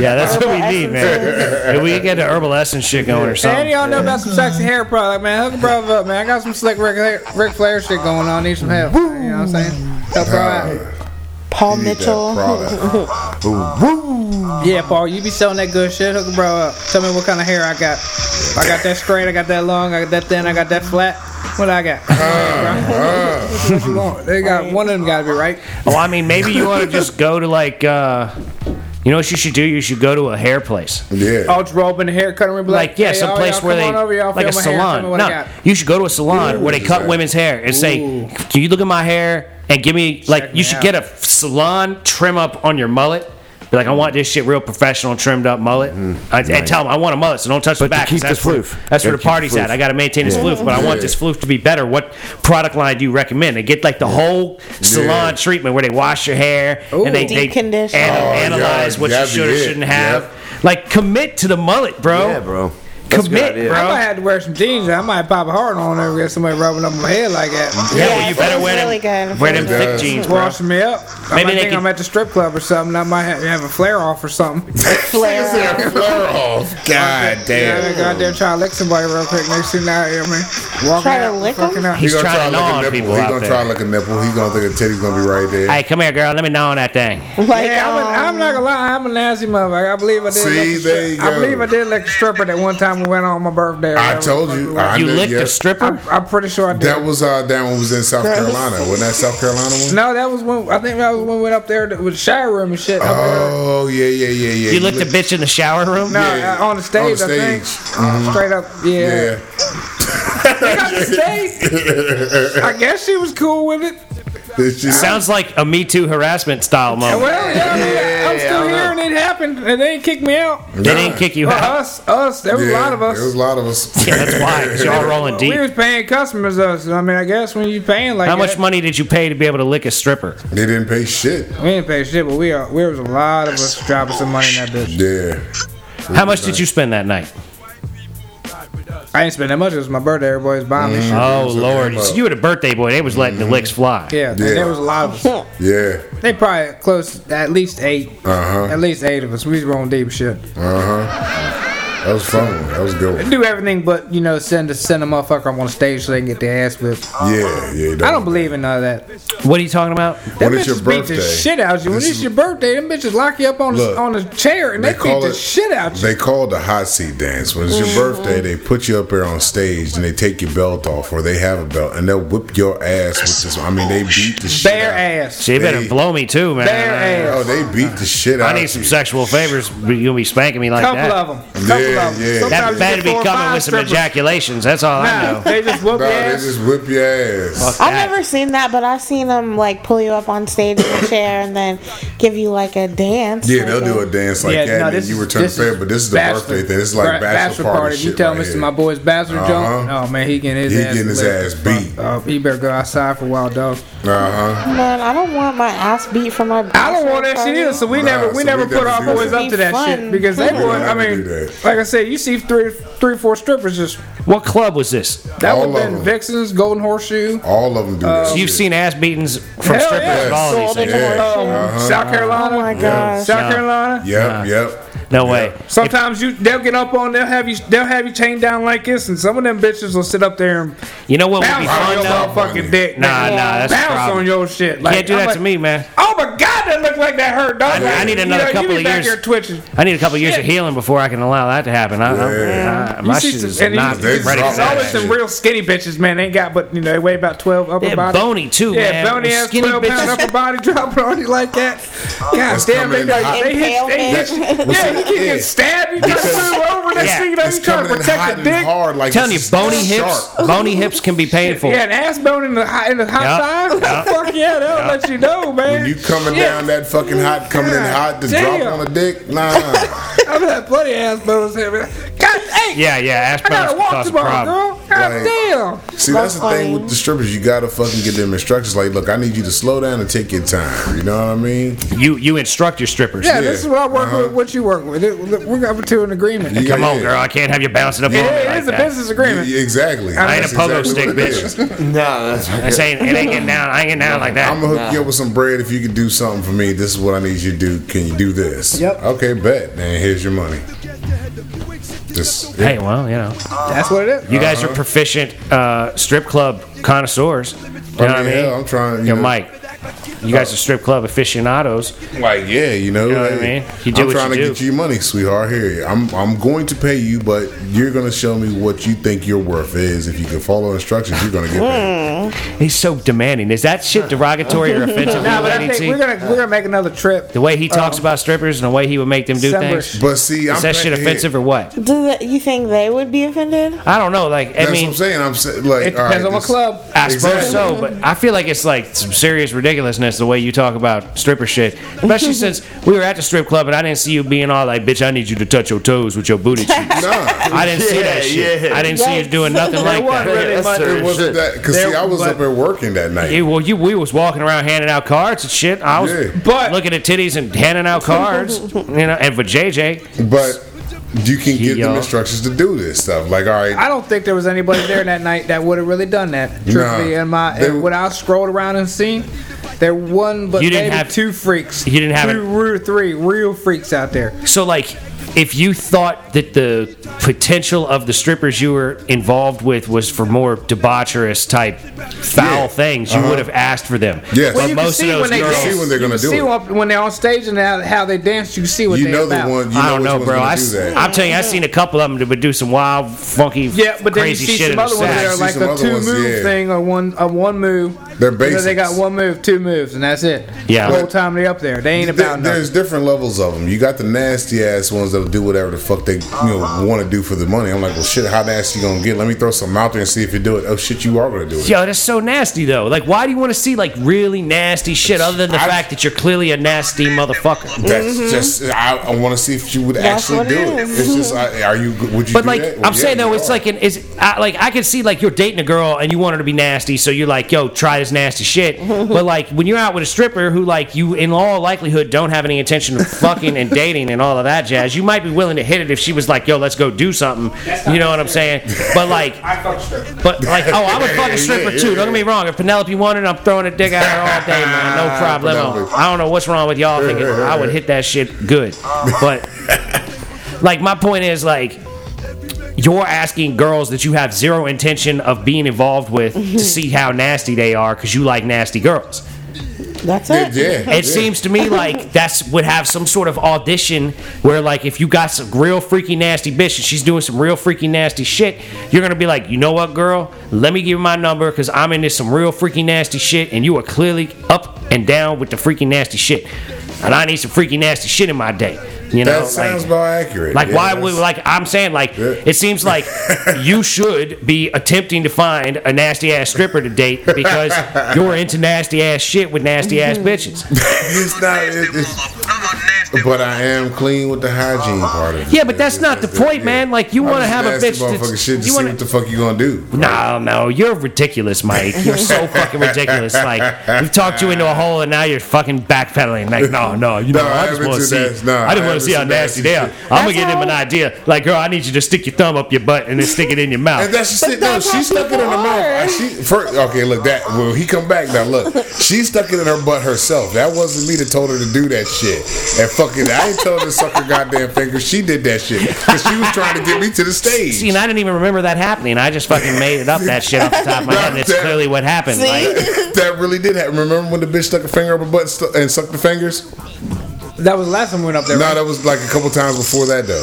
Speaker 2: Yeah, that's what we
Speaker 4: Herbal
Speaker 2: need, man. If we can get the herbal essence shit going or
Speaker 1: Oh,
Speaker 3: And
Speaker 2: something.
Speaker 3: y'all know about some sexy hair product, man. Hook a brother up, man. I got some slick Rick, hair- Ric Flair shit going on. Need some help. You know what I'm saying? Help her out.
Speaker 4: Paul
Speaker 5: Need that
Speaker 4: Mitchell.
Speaker 5: product.
Speaker 1: Plus. Woo!
Speaker 3: Yeah, Paul, you be selling that good shit. Hook a bro up. Tell me what kind of hair I got. I got that straight. I got that long. I got that thin. I got that flat. What I got? what you want? They got one of them got to be right.
Speaker 2: Oh, I mean, maybe you want to just go to like, uh, you know what you should do? You should go to a hair place.
Speaker 5: Yeah.
Speaker 3: I'll just roll up in the haircut room and be like,
Speaker 2: Like, yeah,
Speaker 3: hey,
Speaker 2: some
Speaker 3: y'all-
Speaker 2: place
Speaker 3: y'all
Speaker 2: where
Speaker 3: come
Speaker 2: they,
Speaker 3: on over, y'all
Speaker 2: like a
Speaker 3: feel my hair, tell me
Speaker 2: salon.
Speaker 3: what I
Speaker 2: No,
Speaker 3: got.
Speaker 2: you should go to a salon where they
Speaker 5: is
Speaker 2: cut
Speaker 5: that?
Speaker 2: women's hair and say, can you look at my hair and give me, like,
Speaker 3: me
Speaker 2: you should
Speaker 3: out.
Speaker 2: get a salon trim up on your mullet. Be like, I want this shit real professional, trimmed up mullet. I, And tell them, I want a mullet, so don't touch the
Speaker 1: But to
Speaker 2: back. 'cause
Speaker 1: keep the
Speaker 2: that's where,
Speaker 1: floof.
Speaker 2: that's where the
Speaker 1: Gotta keep the
Speaker 2: party's at.
Speaker 1: floof.
Speaker 2: I got to maintain this floof, but I want
Speaker 5: Yeah.
Speaker 2: this floof to be better. What product line do you recommend? They get like the whole salon treatment where they wash your hair and they,
Speaker 4: Deep
Speaker 2: they
Speaker 4: condition.
Speaker 2: ana-
Speaker 5: Oh,
Speaker 2: analyze
Speaker 5: yeah,
Speaker 2: what you
Speaker 5: that'd be
Speaker 2: should or
Speaker 5: it.
Speaker 2: shouldn't have.
Speaker 5: Yep.
Speaker 2: Like, commit to the mullet, bro.
Speaker 1: Yeah, bro. That's a good
Speaker 2: Commit,
Speaker 1: idea.
Speaker 2: bro.
Speaker 3: I might have to wear some jeans. I might pop a hard on over get somebody rubbing up my head like that.
Speaker 2: Yeah,
Speaker 4: Yeah,
Speaker 2: well, you
Speaker 4: it
Speaker 2: better
Speaker 4: feels
Speaker 2: wear them,
Speaker 4: really good.
Speaker 2: wear them
Speaker 4: It
Speaker 2: thick
Speaker 5: does.
Speaker 2: jeans, bro.
Speaker 3: Washing me up. I
Speaker 2: Maybe
Speaker 3: might
Speaker 2: they
Speaker 3: think
Speaker 2: could-
Speaker 3: I'm at the strip club or something. I might have, have a flare off or something.
Speaker 4: Flare.
Speaker 5: Flare off. God
Speaker 3: Yeah,
Speaker 5: damn.
Speaker 3: go out there and try to lick somebody real quick. Next thing now, you know what I mean? Walking
Speaker 4: Try to
Speaker 3: out,
Speaker 4: lick 'em?
Speaker 3: fucking out.
Speaker 2: He's
Speaker 5: He gonna
Speaker 2: trying to
Speaker 5: try
Speaker 2: gnaw on
Speaker 5: lick a
Speaker 2: people
Speaker 5: nipple. He
Speaker 2: out
Speaker 5: gonna
Speaker 2: there.
Speaker 5: try like a nipple. He gonna think a titty's gonna be right there.
Speaker 2: Hey, come here, girl. Let me know on that thing.
Speaker 4: <laughs> Like,
Speaker 3: Yeah, I'm, a, I'm
Speaker 4: um,
Speaker 3: not gonna lie, I'm a nasty motherfucker. I believe I did.
Speaker 5: See,
Speaker 3: lick a
Speaker 5: there you
Speaker 3: stri- I
Speaker 5: go.
Speaker 3: believe I did like a stripper that one time we went on my birthday. or
Speaker 5: I
Speaker 3: whatever.
Speaker 5: told you. I
Speaker 2: You
Speaker 5: knew-
Speaker 2: licked
Speaker 5: yeah.
Speaker 2: a stripper?
Speaker 3: I'm pretty sure I did.
Speaker 5: That was uh, that one was in South Carolina. Wasn't that South Carolina
Speaker 3: <laughs>
Speaker 5: one?
Speaker 3: no, that was when I think that was when we went up there to- with the shower room and shit. up there.
Speaker 5: Oh yeah, yeah, yeah, yeah.
Speaker 2: You licked a bitch in the shower room?
Speaker 3: No, uh,
Speaker 5: yeah.
Speaker 3: on the
Speaker 5: On the
Speaker 3: stage, I think.
Speaker 5: stage. Mm-hmm.
Speaker 3: Uh, Straight up, yeah.
Speaker 5: Yeah.
Speaker 3: They got the stage.
Speaker 5: <laughs>
Speaker 3: I guess she was cool with it.
Speaker 5: Did she-
Speaker 2: Sounds like a Me Too harassment style moment.
Speaker 3: Well, yeah, I mean, I'm still here and it happened and they didn't kick me out.
Speaker 2: They didn't kick you
Speaker 3: Well,
Speaker 2: out.
Speaker 3: us, us, there was
Speaker 5: Yeah,
Speaker 3: a lot of
Speaker 5: There was
Speaker 3: us.
Speaker 5: a lot of
Speaker 2: <laughs>
Speaker 5: us.
Speaker 2: Yeah, that's why. 'cause
Speaker 5: <laughs>
Speaker 2: Y'all rolling
Speaker 3: We was
Speaker 2: deep.
Speaker 3: paying customers us. I mean, I guess when you paying like
Speaker 2: How much
Speaker 3: that-
Speaker 2: money did you pay to be able to lick a stripper?
Speaker 5: They didn't pay shit.
Speaker 3: We ain't pay shit, but we are. There was a lot of us dropping some money in that bitch.
Speaker 5: Yeah.
Speaker 2: How much did you spend that night?
Speaker 3: I ain't spend that much. It was my birthday. Everybody's buying me shit.
Speaker 2: Oh,
Speaker 5: was a
Speaker 2: Lord.
Speaker 5: damn, uh,
Speaker 2: So you were the birthday boy. They was letting
Speaker 5: Mm-hmm.
Speaker 2: the licks fly.
Speaker 3: Yeah, and
Speaker 5: Yeah.
Speaker 3: there was a lot of us.
Speaker 5: Yeah.
Speaker 3: They probably close to at least eight.
Speaker 5: Uh huh.
Speaker 3: At least eight of us. We was rolling deep shit.
Speaker 5: Uh huh. That was fun. one. That was a good. one.
Speaker 3: Do everything but you know send a send a motherfucker up on stage so they can get their ass whipped.
Speaker 5: Yeah. Yeah.
Speaker 3: I don't believe in none of that. Them
Speaker 2: What are you talking about?
Speaker 5: When it's your
Speaker 3: bitches beat
Speaker 5: birthday.
Speaker 3: the shit out you. When
Speaker 5: This
Speaker 3: it's
Speaker 5: is-
Speaker 3: your birthday, them bitches lock you up on
Speaker 5: Look,
Speaker 3: the, on a chair and they, beat the shit out you. Mm-hmm.
Speaker 5: They call it the hot seat dance. When it's your birthday, they put you up there on stage and they take your belt off, or they have a belt, and they'll whip your ass with this. I mean, they beat the shit
Speaker 3: Oh, Bare
Speaker 5: out.
Speaker 3: ass.
Speaker 2: She better
Speaker 5: They-
Speaker 2: blow me too, man.
Speaker 3: Bare ass.
Speaker 5: Oh, they beat the shit
Speaker 2: I
Speaker 5: out.
Speaker 2: need some
Speaker 5: you.
Speaker 2: sexual favors. but You're gonna be spanking me like
Speaker 3: Couple
Speaker 2: that.
Speaker 3: of them. Couple
Speaker 5: Yeah,
Speaker 3: of them.
Speaker 5: yeah.
Speaker 2: That
Speaker 5: That
Speaker 3: Sometimes you
Speaker 2: better
Speaker 3: get
Speaker 2: be
Speaker 3: four or
Speaker 2: coming
Speaker 3: five
Speaker 2: with some
Speaker 3: strippers.
Speaker 2: ejaculations. That's all I
Speaker 3: Nah,
Speaker 2: know.
Speaker 3: they just whoop
Speaker 5: No,
Speaker 3: your
Speaker 5: they
Speaker 3: ass.
Speaker 5: just whip your ass.
Speaker 4: I've never seen that, but I've seen them like pull you up on stage in a chair and then give you like a dance.
Speaker 5: Yeah,
Speaker 4: like
Speaker 5: they'll do a dance like
Speaker 3: Yeah,
Speaker 5: that,
Speaker 3: no,
Speaker 5: and
Speaker 3: this
Speaker 5: then you
Speaker 3: is-
Speaker 5: return the
Speaker 3: this is
Speaker 5: favor. But this is the
Speaker 3: bachelor-
Speaker 5: birthday thing. This is like
Speaker 3: Right,
Speaker 5: bachelor, party.
Speaker 3: You
Speaker 5: shit
Speaker 3: tell
Speaker 5: right
Speaker 3: Mr.
Speaker 5: here.
Speaker 3: My Boy's bachelor
Speaker 5: Uh-huh.
Speaker 3: jump. Oh man, he getting his
Speaker 5: He
Speaker 3: ass
Speaker 5: getting his
Speaker 3: licked.
Speaker 5: ass beat.
Speaker 3: Uh, he better go outside for a while, dog.
Speaker 5: Uh huh.
Speaker 4: Man, I don't want my ass beat for my.
Speaker 3: I don't want that shit either. So we
Speaker 5: Nah,
Speaker 3: never we
Speaker 5: so
Speaker 3: never
Speaker 5: we
Speaker 3: put
Speaker 5: never
Speaker 3: our
Speaker 5: do that.
Speaker 3: boys up to
Speaker 4: Be
Speaker 3: that
Speaker 4: fun.
Speaker 3: shit because they
Speaker 4: We
Speaker 3: boy.
Speaker 5: don't
Speaker 3: I
Speaker 5: have to
Speaker 3: mean,
Speaker 5: do that.
Speaker 3: like I said, you see three three four strippers just
Speaker 2: What club was this?
Speaker 3: that
Speaker 5: All
Speaker 3: would
Speaker 5: of
Speaker 3: have been
Speaker 5: them.
Speaker 3: Vixen's Golden Horseshoe.
Speaker 5: All of them do
Speaker 3: Uh,
Speaker 5: that.
Speaker 2: So you've
Speaker 5: shit.
Speaker 2: seen ass beatings from
Speaker 3: Hell
Speaker 2: strippers
Speaker 3: yeah.
Speaker 2: of all these
Speaker 4: Sold it.
Speaker 2: things.
Speaker 5: Yeah. Uh-huh.
Speaker 3: Um, South Carolina,
Speaker 4: Oh my gosh.
Speaker 3: South
Speaker 2: No.
Speaker 3: Carolina.
Speaker 5: Yep.
Speaker 2: Nah.
Speaker 5: Yep.
Speaker 2: No way.
Speaker 3: Sometimes you they'll get up on they'll have you they'll have you chained down like this, and some of them bitches will sit up there and
Speaker 2: You know what would be
Speaker 3: bounce
Speaker 2: fun
Speaker 3: on your
Speaker 2: though?
Speaker 3: motherfucking dick.
Speaker 2: Nah,
Speaker 3: nigga.
Speaker 2: nah, that's a
Speaker 3: bounce
Speaker 2: problem.
Speaker 3: on your shit.
Speaker 2: You
Speaker 3: Like,
Speaker 2: Can't do
Speaker 3: I'm
Speaker 2: that
Speaker 3: like,
Speaker 2: to me, man.
Speaker 3: Oh my god, that looked like that hurt, dog.
Speaker 2: I- I
Speaker 3: Like,
Speaker 2: need
Speaker 3: you
Speaker 2: another
Speaker 3: know, you
Speaker 2: couple
Speaker 3: be
Speaker 2: of
Speaker 3: back
Speaker 2: years.
Speaker 3: Here twitching.
Speaker 2: I need a couple years of
Speaker 3: Shit.
Speaker 2: healing before I can allow that to happen. I, I, I,
Speaker 5: Yeah.
Speaker 2: my
Speaker 3: You see
Speaker 2: shit
Speaker 3: some-
Speaker 2: is
Speaker 3: and
Speaker 2: not
Speaker 3: you-
Speaker 2: ready
Speaker 3: it's,
Speaker 2: for
Speaker 5: Drop
Speaker 3: it's always
Speaker 2: that.
Speaker 5: shit.
Speaker 3: some real skinny bitches, man. They ain't got but you know they weigh about twelve upper
Speaker 2: They're
Speaker 3: body.
Speaker 2: bony too,
Speaker 3: yeah,
Speaker 2: man.
Speaker 3: bony ass
Speaker 2: Skinny
Speaker 3: twelve pound
Speaker 2: bitches.
Speaker 3: upper body dropping <laughs> on you like that. God
Speaker 5: That's
Speaker 3: damn, they,
Speaker 5: coming in hot.
Speaker 3: they, they hit, they hit.
Speaker 4: Impaled
Speaker 3: Yeah, you can
Speaker 5: Yeah.
Speaker 3: get stabbed. You try to
Speaker 5: Because-
Speaker 3: move over. Next
Speaker 2: Yeah.
Speaker 3: thing you know, you
Speaker 5: It's
Speaker 3: trying to
Speaker 5: coming in hot
Speaker 3: protect the
Speaker 5: and
Speaker 3: dick.
Speaker 5: hard like
Speaker 2: telling you,
Speaker 5: this is
Speaker 2: bony hips,
Speaker 5: sharp.
Speaker 2: bony hips can be painful.
Speaker 3: Yeah, an ass bone in the hot in the hot
Speaker 2: Yup.
Speaker 3: side. <laughs>
Speaker 2: Yup.
Speaker 3: Fuck yeah, that'll let you know, man.
Speaker 5: When you coming
Speaker 3: Shit.
Speaker 5: down that fucking hot, coming in hot to
Speaker 3: Damn.
Speaker 5: drop on a dick, nah.
Speaker 3: <laughs> I've had plenty of ass bones here. man. God, hey,
Speaker 2: Yeah, yeah, ass
Speaker 3: I gotta
Speaker 2: bones
Speaker 3: walk
Speaker 2: cause a
Speaker 3: tomorrow,
Speaker 2: problem.
Speaker 3: girl. God
Speaker 5: Like-
Speaker 3: damn.
Speaker 5: See, that's
Speaker 4: That's
Speaker 5: the thing
Speaker 4: funny.
Speaker 5: with the strippers. You gotta fucking get them instructions. Like, look, I need you to slow down and take your time. You know what I mean?
Speaker 2: You you instruct your strippers.
Speaker 3: Yeah, this is what I work
Speaker 5: Uh-huh.
Speaker 3: with. What you work with? It- look, We're up to an agreement.
Speaker 5: You
Speaker 2: Come
Speaker 5: got-
Speaker 2: on,
Speaker 5: yeah.
Speaker 2: girl. I can't have you bouncing up on me
Speaker 3: Yeah,
Speaker 2: like
Speaker 3: it is a
Speaker 2: that.
Speaker 3: business agreement.
Speaker 5: Yeah, exactly.
Speaker 3: I
Speaker 2: ain't a pogo stick, bitch.
Speaker 1: No, that's
Speaker 2: This ain't, it ain't getting down. I ain't getting down like that.
Speaker 5: I'm gonna hook you up with some bread if you can do something for me. This is what I need you to do. Can you do this?
Speaker 3: Yep.
Speaker 5: Okay, bet. Then here's your money. Just
Speaker 2: Hey, well, you know,
Speaker 3: That's what it is.
Speaker 2: you guys are proficient uh, strip club connoisseurs. You know what I mean?
Speaker 5: hell, Oh, I'm trying. You
Speaker 2: Yo,
Speaker 5: know,
Speaker 2: Mike, You guys are strip club aficionados.
Speaker 5: Like, yeah, you know,
Speaker 2: know what I mean? You do
Speaker 5: I'm
Speaker 2: what
Speaker 5: trying
Speaker 2: you
Speaker 5: to
Speaker 2: do.
Speaker 5: get you money, sweetheart. Here, I'm I'm going to pay you, but you're going to show me what you think your worth is. If you can follow instructions, you're going to get
Speaker 2: Hmm.
Speaker 5: paid.
Speaker 2: He's so demanding. Is that shit derogatory or offensive?
Speaker 3: Nah, but I
Speaker 2: Lady T?
Speaker 3: think we're gonna we're gonna make another trip.
Speaker 2: the way he talks about strippers and the way he would make them do
Speaker 3: December.
Speaker 2: things.
Speaker 5: But see, Um, I'm
Speaker 2: Is that shit
Speaker 5: paying-
Speaker 2: offensive or what?
Speaker 4: Do they, you think they would be offended?
Speaker 2: I don't know. Like, I
Speaker 5: That's what
Speaker 2: mean,
Speaker 5: I'm saying. I'm saying, like,
Speaker 3: It
Speaker 5: all
Speaker 3: depends
Speaker 5: right,
Speaker 3: on what
Speaker 5: this-
Speaker 3: club.
Speaker 2: I suppose
Speaker 5: Exactly.
Speaker 2: so, but I feel like it's like some serious ridiculousness the way you talk about stripper shit. Especially since we were at the strip club and I didn't see you being all like, bitch, I need you to touch your toes with your booty cheeks.
Speaker 5: <laughs> Nah,
Speaker 2: I didn't see that
Speaker 1: Yeah,
Speaker 2: shit.
Speaker 1: yeah.
Speaker 2: I didn't see you doing nothing like that.
Speaker 1: That's
Speaker 5: it
Speaker 1: serious
Speaker 5: wasn't
Speaker 1: shit.
Speaker 5: that because see, I was up there working that night.
Speaker 2: Yeah, well, you we was walking around handing out cards and shit. I was
Speaker 5: Yeah.
Speaker 2: but looking at titties and handing out cards, you know, and for JJ.
Speaker 5: But you can give them
Speaker 2: y'all.
Speaker 5: instructions to do this stuff. Like, all
Speaker 3: I
Speaker 5: right,
Speaker 3: don't think there was anybody there that night that would have really done that. Truthfully,
Speaker 5: Nah.
Speaker 3: in my
Speaker 5: They-
Speaker 3: and when I scrolled around and seen, there one but
Speaker 2: You didn't
Speaker 3: maybe
Speaker 2: have-
Speaker 3: two freaks.
Speaker 2: you didn't have
Speaker 3: two, real three real freaks out there.
Speaker 2: So like, if you thought that the potential of the strippers you were involved with was for more debaucherous type foul
Speaker 5: Yeah.
Speaker 2: things, you would have asked for them.
Speaker 5: Yes. Well,
Speaker 2: but
Speaker 5: you
Speaker 2: most of those
Speaker 3: when they
Speaker 2: girls.
Speaker 5: see when they're
Speaker 3: you
Speaker 5: gonna
Speaker 3: can
Speaker 5: do
Speaker 3: see
Speaker 5: it.
Speaker 3: When, when they're on stage and how, how they dance, you see what
Speaker 5: you
Speaker 3: they
Speaker 5: know the
Speaker 3: about.
Speaker 5: one. You
Speaker 2: I don't
Speaker 5: which
Speaker 2: know,
Speaker 5: one's
Speaker 2: bro.
Speaker 5: gonna
Speaker 2: I,
Speaker 5: do that.
Speaker 2: am telling you, I've seen a couple of them that would do some wild, funky,
Speaker 3: Yeah, but then you
Speaker 2: crazy
Speaker 3: see
Speaker 2: shit in
Speaker 3: some
Speaker 2: the
Speaker 3: other ones that
Speaker 5: sacks.
Speaker 3: are
Speaker 2: sex.
Speaker 3: like
Speaker 5: See some
Speaker 3: a
Speaker 5: other
Speaker 3: two
Speaker 5: ones,
Speaker 3: move
Speaker 5: yeah.
Speaker 3: thing or one a one move.
Speaker 5: They're
Speaker 3: You know, They
Speaker 5: basics.
Speaker 3: got one move, two moves, and that's it.
Speaker 2: Yeah.
Speaker 3: the whole
Speaker 5: But-
Speaker 3: time they up there, they ain't
Speaker 5: There-
Speaker 3: about nothing.
Speaker 5: there's different levels of them. You got the nasty ass ones that'll do whatever the fuck they you know want to do for the money. I'm like, well, shit, how nasty you gonna get? Let me throw something out there and see if you do it. Oh shit, you are gonna do it.
Speaker 2: Yo, that's so nasty though. Like, why do you want to see like really nasty shit other than the
Speaker 5: I-
Speaker 2: fact that you're clearly a nasty motherfucker?
Speaker 5: That's just I, I want to see if you would
Speaker 4: That's
Speaker 5: actually
Speaker 4: what
Speaker 5: do
Speaker 4: it
Speaker 5: it.
Speaker 4: is.
Speaker 5: It's just, I, are you? Would you?
Speaker 2: But
Speaker 5: do
Speaker 2: like,
Speaker 5: that?
Speaker 2: I'm
Speaker 5: Well, yeah,
Speaker 2: saying though,
Speaker 5: you
Speaker 2: it's
Speaker 5: are.
Speaker 2: like an is I, like I can see like you're dating a girl and you want her to be nasty, so you're like, yo, try this nasty shit.
Speaker 5: <laughs>
Speaker 2: but like when you're out with a stripper who like you in all likelihood don't have any intention of fucking and dating and all of that jazz, you might be willing to hit it if she was like, yo, let's go do something. You know what I'm saying? But
Speaker 5: <laughs>
Speaker 2: like. But like, oh, I would fuck a stripper
Speaker 5: Yeah,
Speaker 2: too.
Speaker 5: yeah,
Speaker 2: Don't get me wrong. If Penelope wanted, I'm throwing a dick at her all day, man.
Speaker 5: <laughs>
Speaker 2: No problem.
Speaker 5: Penelope.
Speaker 2: I don't know what's wrong with y'all thinking I would hit that shit good. But like, my point is like. You're asking girls that you have zero intention of being involved with to see how nasty they are because you like nasty girls.
Speaker 4: That's
Speaker 5: Yeah,
Speaker 4: it.
Speaker 5: yeah,
Speaker 2: It
Speaker 5: yeah.
Speaker 2: seems to me like that's would have some sort of audition where like if you got some real freaky nasty bitch and she's doing some real freaky nasty shit, you're gonna be like, you know what, girl, let me give you my number because I'm into some real freaky nasty shit and you are clearly up and down with the freaky nasty shit, and I need some freaky nasty shit in my day. You know,
Speaker 5: That
Speaker 2: like-
Speaker 5: sounds about accurate.
Speaker 2: like
Speaker 5: Yeah,
Speaker 2: why
Speaker 5: that's-
Speaker 2: would like I'm saying like
Speaker 5: Yeah.
Speaker 2: it seems
Speaker 5: <laughs>
Speaker 2: like you should be attempting to find a nasty ass stripper to date because you're into nasty ass shit with nasty ass
Speaker 5: Mm-hmm.
Speaker 2: bitches.
Speaker 5: it's not. It, it's, but I am clean with the hygiene part of it.
Speaker 2: Yeah, but that's not the point, man. Like, you
Speaker 5: I'm
Speaker 2: wanna
Speaker 5: just
Speaker 2: have a
Speaker 5: nasty
Speaker 2: bitch that's-
Speaker 5: motherfucking shit to
Speaker 2: you
Speaker 5: see
Speaker 2: wanna-
Speaker 5: what the fuck you gonna do.
Speaker 2: No, no, you're ridiculous, Mike. You're
Speaker 5: <laughs>
Speaker 2: so fucking ridiculous. Like we've talked you into a hole, and now you're fucking backpedaling. Like, no, no, you know,
Speaker 5: <laughs> No, I
Speaker 2: I just
Speaker 5: haven't
Speaker 2: want to
Speaker 5: seen
Speaker 2: see,
Speaker 5: that. No,
Speaker 2: I just
Speaker 5: I
Speaker 2: want
Speaker 5: haven't
Speaker 2: to see how
Speaker 5: seen
Speaker 2: nasty
Speaker 5: nasty
Speaker 2: they are.
Speaker 5: shit.
Speaker 2: I'm gonna give
Speaker 4: That's
Speaker 2: them an
Speaker 4: how-
Speaker 2: idea. Like, girl, I need you to stick your thumb up your butt and then stick it in your mouth.
Speaker 5: And that's just it. No,
Speaker 4: that's
Speaker 5: she
Speaker 4: how
Speaker 5: stuck it in her
Speaker 4: people are.
Speaker 5: mouth. She first, okay, look that. Well, he come back now. Look, she stuck it in her butt herself. That wasn't me that told her to do that shit. And fucking, I ain't told her to suck her goddamn finger. She did that shit because she was trying to get me to the stage.
Speaker 2: See, and I didn't even remember that happening. I just fucking made it up that shit off the top
Speaker 5: <laughs>
Speaker 2: of my head, and it's clearly what happened. Like,
Speaker 5: <laughs> that really did happen. Remember when the bitch stuck her finger up her butt and, stu- and sucked the fingers?
Speaker 3: That was the last time we went up there.
Speaker 5: No,
Speaker 3: right?
Speaker 5: that was like a couple times before that though.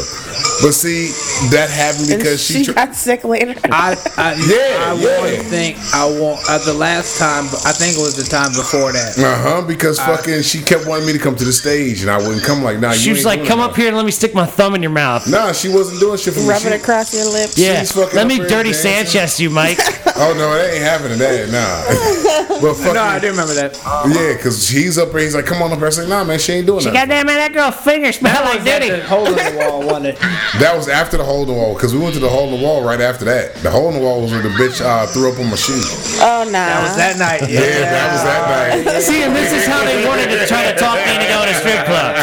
Speaker 5: But see, that happened
Speaker 4: And
Speaker 5: because
Speaker 4: she
Speaker 5: she. tr-
Speaker 4: got sick later.
Speaker 3: I, I,
Speaker 5: <laughs> Yeah,
Speaker 3: I
Speaker 5: yeah.
Speaker 3: want to think I want uh, the last time. I think it was the time before that.
Speaker 5: uh huh. Because fucking, she kept wanting me to come to the stage, and I wouldn't come. Like, nah, you
Speaker 2: she was
Speaker 5: ain't
Speaker 2: like,
Speaker 5: doing
Speaker 2: "Come
Speaker 5: it,
Speaker 2: up here and let me stick my thumb in your mouth."
Speaker 5: bro." Nah, she wasn't doing shit for me.
Speaker 4: Rub it
Speaker 5: She-
Speaker 4: across your lips.
Speaker 2: yeah,
Speaker 5: she's fucking
Speaker 2: let
Speaker 5: up
Speaker 2: me
Speaker 5: here
Speaker 2: dirty
Speaker 5: dancing.
Speaker 2: Sanchez you,
Speaker 5: <laughs>
Speaker 2: Mike.
Speaker 5: Oh no, it ain't happening. That nah. <laughs> but fucking,
Speaker 3: No, I do remember that.
Speaker 5: yeah, because he's up there. He's like, "Come on up here." I said, "Nah, man, she ain't doing that."
Speaker 2: Goddamn it, that girl finger smell like
Speaker 3: That
Speaker 2: duty.
Speaker 3: the hole in the wall, wasn't
Speaker 2: <laughs>
Speaker 3: it?
Speaker 5: That was after the hole in the wall because we went to the hole in the wall right after that. The hole in the wall was where the bitch uh, threw up on my shoe.
Speaker 4: Oh no.
Speaker 3: That was that night. Yeah,
Speaker 5: Yeah, that was that night.
Speaker 2: See, and this is how they wanted to try to talk me to go to strip clubs.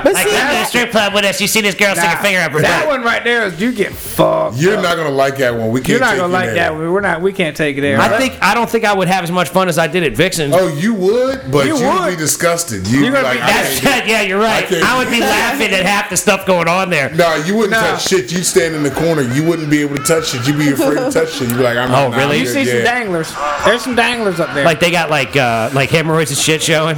Speaker 4: But
Speaker 2: Like,
Speaker 4: see,
Speaker 2: come to the
Speaker 4: that,
Speaker 2: strip club with us. You see this girl stick
Speaker 3: Nah,
Speaker 2: her finger up her
Speaker 3: that
Speaker 2: butt.
Speaker 3: one right there is you get fucked.
Speaker 5: You're not gonna like that one. We can't.
Speaker 3: You're not
Speaker 5: take
Speaker 3: gonna
Speaker 5: you
Speaker 3: like that
Speaker 5: there.
Speaker 3: one. We're not. We can't take it there.
Speaker 2: I think I don't think I would have as much fun as I did at Vixen's.
Speaker 5: Oh, you would, but
Speaker 3: You
Speaker 5: you would be
Speaker 3: would.
Speaker 5: disgusted. You
Speaker 3: You're gonna
Speaker 5: like,
Speaker 3: be-
Speaker 5: I
Speaker 2: <laughs> That's,
Speaker 5: can't
Speaker 2: yeah, you're right.
Speaker 5: can't-
Speaker 2: I would be laughing at half the stuff going on there.
Speaker 5: do- Nah, you wouldn't
Speaker 3: Nah.
Speaker 5: touch shit. You'd stand in the corner. You wouldn't be able to touch it. You'd be afraid to touch it. You'd be like, I'm
Speaker 2: Oh,
Speaker 5: not.
Speaker 2: really?
Speaker 3: You see some danglers. There's some danglers up there.
Speaker 2: Like they got like uh, like hemorrhroids and shit showing.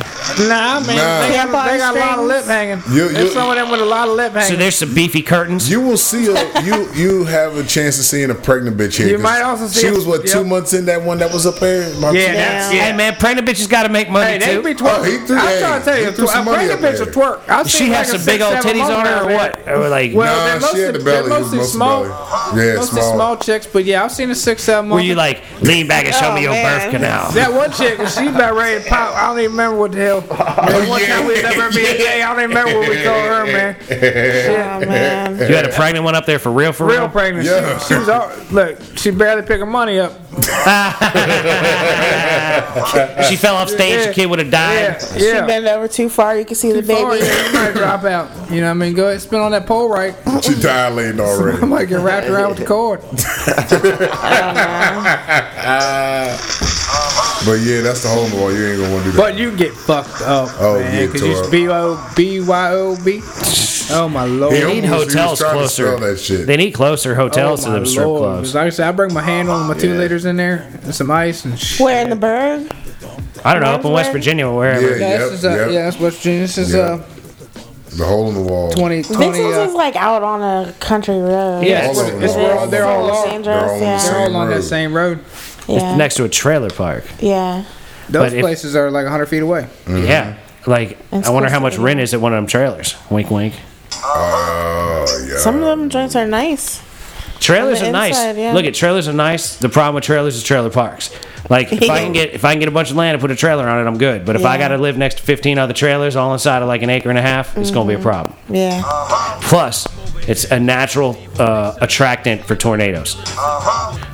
Speaker 3: nah, man.
Speaker 5: Nah.
Speaker 3: They, got, they got a lot of lip hanging.
Speaker 5: You- you-
Speaker 3: There's some of them with a lot of lip hanging.
Speaker 2: So there's some beefy curtains.
Speaker 5: <laughs> You will see a you you have a chance of seeing a pregnant bitch here.
Speaker 3: You
Speaker 5: 'cause
Speaker 3: might also see
Speaker 5: she
Speaker 3: a-
Speaker 5: was what two
Speaker 3: yep.
Speaker 5: months in that one that was up there. My
Speaker 3: yeah,
Speaker 5: two-
Speaker 3: that's,
Speaker 4: Yeah.
Speaker 3: yeah.
Speaker 2: Hey man, pregnant bitches got to make money
Speaker 3: Hey, they
Speaker 2: too.
Speaker 3: be twerking.
Speaker 5: Oh, he threw-
Speaker 3: I'm
Speaker 5: hey,
Speaker 3: trying to tell
Speaker 5: he
Speaker 3: you, a
Speaker 5: threw some money
Speaker 3: pregnant
Speaker 5: up
Speaker 3: bitch will
Speaker 5: there.
Speaker 3: twerk. I've
Speaker 2: she
Speaker 3: seen
Speaker 2: has
Speaker 3: like a
Speaker 2: some big
Speaker 3: six,
Speaker 2: old
Speaker 3: seven
Speaker 2: titties
Speaker 3: months
Speaker 2: on her,
Speaker 3: out
Speaker 2: or
Speaker 3: there.
Speaker 2: what? Or like,
Speaker 3: Well,
Speaker 5: Nah,
Speaker 3: they're
Speaker 5: she
Speaker 3: mostly,
Speaker 5: had the
Speaker 3: they're
Speaker 5: belly. It was
Speaker 3: mostly
Speaker 5: mostly
Speaker 3: small,
Speaker 5: belly. Yeah,
Speaker 3: mostly
Speaker 5: small.
Speaker 3: small. chicks. But yeah, I've seen a six, seven.
Speaker 2: were
Speaker 3: month-
Speaker 2: you like lean back and show
Speaker 4: Oh,
Speaker 2: me your
Speaker 4: man.
Speaker 2: birth canal?
Speaker 3: That one chick, she about ready to pop. I don't even remember what the
Speaker 5: <laughs>
Speaker 3: hell.
Speaker 5: Oh,
Speaker 3: That one time we was at Airbnb, I don't even remember what we called her, man.
Speaker 4: Oh,
Speaker 2: <laughs>
Speaker 4: man.
Speaker 2: You had a pregnant one up there for real, for real.
Speaker 3: Real pregnant.
Speaker 5: Yeah.
Speaker 3: She, she was all, look. She barely picking money up.
Speaker 2: <laughs>
Speaker 3: <laughs>
Speaker 2: She fell off stage.
Speaker 3: Yeah.
Speaker 2: The kid would have died.
Speaker 3: Yeah,
Speaker 4: You
Speaker 3: yeah.
Speaker 4: bend over too far, you can see the
Speaker 3: Sorry,
Speaker 4: baby.
Speaker 3: you might drop out. You know what I mean? Go ahead, spin on that pole right.
Speaker 5: <laughs> She
Speaker 3: <laughs>
Speaker 5: dilated
Speaker 3: I
Speaker 5: already. <laughs>
Speaker 3: might get wrapped around with the cord.
Speaker 5: But yeah, that's the home boy. You ain't gonna want to do that.
Speaker 3: But you get fucked up,
Speaker 5: Oh,
Speaker 3: man.
Speaker 5: yeah,
Speaker 3: Because you
Speaker 5: tore up.
Speaker 3: B O B Y O B. Oh my lord.
Speaker 5: He almost-
Speaker 2: Need
Speaker 5: he was
Speaker 2: hotels
Speaker 5: trying to
Speaker 2: closer.
Speaker 5: spell that shit.
Speaker 2: They need closer hotels
Speaker 3: oh
Speaker 2: to
Speaker 3: my
Speaker 2: them strip
Speaker 3: lord.
Speaker 2: clubs.
Speaker 3: Like I said, I bring my hand on my two liters in there and some ice and shit.
Speaker 4: Where in the bird?
Speaker 2: I don't know, up in West
Speaker 4: Where?
Speaker 2: Virginia, or wherever.
Speaker 5: Yeah,
Speaker 3: Yeah,
Speaker 5: yep,
Speaker 3: this is uh,
Speaker 5: yep.
Speaker 3: yeah, that's West Virginia. This is
Speaker 5: Yeah.
Speaker 3: uh,
Speaker 5: The hole in the wall.
Speaker 3: 20, 20
Speaker 4: Vixen's
Speaker 3: uh,
Speaker 4: is like out on a country road.
Speaker 2: Yeah,
Speaker 5: All
Speaker 2: it's,
Speaker 5: over
Speaker 3: it's
Speaker 5: the
Speaker 3: where
Speaker 5: wall.
Speaker 3: all- they're all
Speaker 4: Los
Speaker 3: off.
Speaker 5: They're all
Speaker 4: Angeles,
Speaker 5: on the
Speaker 3: they're
Speaker 4: yeah.
Speaker 5: same-
Speaker 3: all on
Speaker 5: road.
Speaker 3: that same road.
Speaker 4: Yeah.
Speaker 2: next to a trailer park.
Speaker 4: yeah.
Speaker 3: Those
Speaker 2: But if-
Speaker 3: places are like 100 feet away.
Speaker 2: Yeah. Like,
Speaker 4: It's
Speaker 2: I wonder how
Speaker 4: close
Speaker 2: much
Speaker 4: to
Speaker 2: rent is at one of them trailers. Wink, wink.
Speaker 5: Oh Uh, yeah.
Speaker 4: Some of them joints are nice.
Speaker 2: Trailers
Speaker 4: On
Speaker 2: are
Speaker 4: the
Speaker 2: nice.
Speaker 4: inside, yeah.
Speaker 2: Look at trailers are nice. The problem with trailers is trailer parks. Like if
Speaker 4: <laughs>
Speaker 2: I can get if I can get a bunch of land and put a trailer on it, I'm good. But if I
Speaker 4: Yeah.
Speaker 2: got to live next to 15 other trailers all inside of like an acre and a half, it's gonna be
Speaker 4: Mm-hmm.
Speaker 2: a problem.
Speaker 4: Yeah.
Speaker 2: Plus, it's a natural uh, attractant for tornadoes.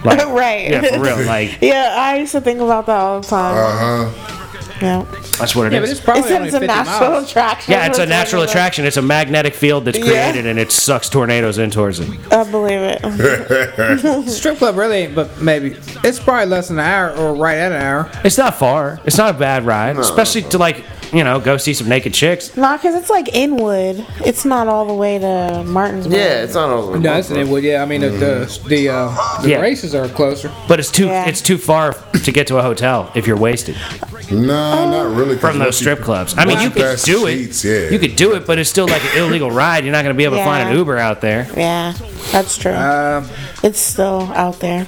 Speaker 2: Like,
Speaker 4: <laughs> right.
Speaker 2: yeah, for
Speaker 4: <laughs>
Speaker 2: real. Like
Speaker 4: Yeah, I used to think about that all the time.
Speaker 5: Uh huh.
Speaker 4: yeah.
Speaker 2: that's what it
Speaker 3: Yeah,
Speaker 2: is.
Speaker 3: but it's probably
Speaker 4: Except
Speaker 3: only
Speaker 4: it's a
Speaker 3: 50
Speaker 4: natural
Speaker 3: miles.
Speaker 4: attraction.
Speaker 2: yeah, it's a
Speaker 4: That's
Speaker 2: natural
Speaker 4: what I
Speaker 2: attraction. It's a magnetic field that's
Speaker 4: Yeah.
Speaker 2: created and it sucks tornadoes in towards it.
Speaker 4: mean. I believe it.
Speaker 1: <laughs>
Speaker 3: Strip club really ain't, but maybe. It's probably less than an hour or right at an hour.
Speaker 2: It's not far. It's not a bad ride, especially to like, you know, go see some naked chicks.
Speaker 4: Nah, because it's like Inwood. It's not all the way to Martinsburg.
Speaker 1: Yeah, it's not all.
Speaker 3: No, it's it. Well, yeah, I mean, the, the, the, uh, the
Speaker 2: Yeah.
Speaker 3: races are closer.
Speaker 2: But it's too
Speaker 4: Yeah.
Speaker 2: it's too far to get to a hotel if you're wasted
Speaker 5: No, not really. 'cause
Speaker 2: from those
Speaker 5: once you- <laughs>
Speaker 2: strip clubs. I mean, you could
Speaker 5: Past
Speaker 2: do it.
Speaker 5: sheets, yeah.
Speaker 2: You could do it, but it's still like an illegal ride. You're not going to be able to find an
Speaker 4: Yeah.
Speaker 2: Uber out there.
Speaker 4: Yeah, that's true.
Speaker 3: Um,
Speaker 4: it's still out there.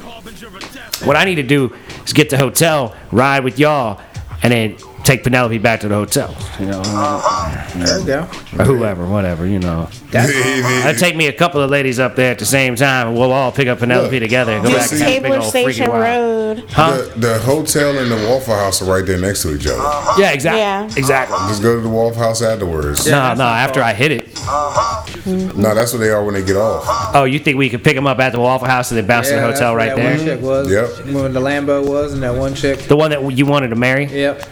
Speaker 2: What I need to do is get to hotel, ride with y'all, and then take Penelope back to the hotel. You know,
Speaker 3: there you go.
Speaker 2: or whoever, whatever, you know. That'd
Speaker 5: That's
Speaker 2: take me a couple of ladies up there at the same time, and we'll all pick up Penelope
Speaker 5: Look,
Speaker 2: together and go
Speaker 5: you
Speaker 2: back
Speaker 5: see-
Speaker 2: and have a big
Speaker 4: Tabler
Speaker 2: old freaking
Speaker 4: Station
Speaker 2: ride.
Speaker 4: Road.
Speaker 2: Huh?
Speaker 5: the, the hotel and the Waffle House are right there next to each other.
Speaker 2: Yeah, exactly.
Speaker 4: Yeah.
Speaker 2: Exactly.
Speaker 5: Just go to the Waffle House afterwards.
Speaker 2: No, no. After I hit it,
Speaker 5: No, that's what they are when they get off.
Speaker 2: oh, you think we could pick them up at the Waffle House and then bounce to the
Speaker 3: that's
Speaker 2: hotel
Speaker 3: where
Speaker 2: right
Speaker 3: that
Speaker 2: there?
Speaker 3: One chick was.
Speaker 5: Yep.
Speaker 3: When the Lambo was and that one chick.
Speaker 2: The one that you wanted to marry?
Speaker 3: Yep.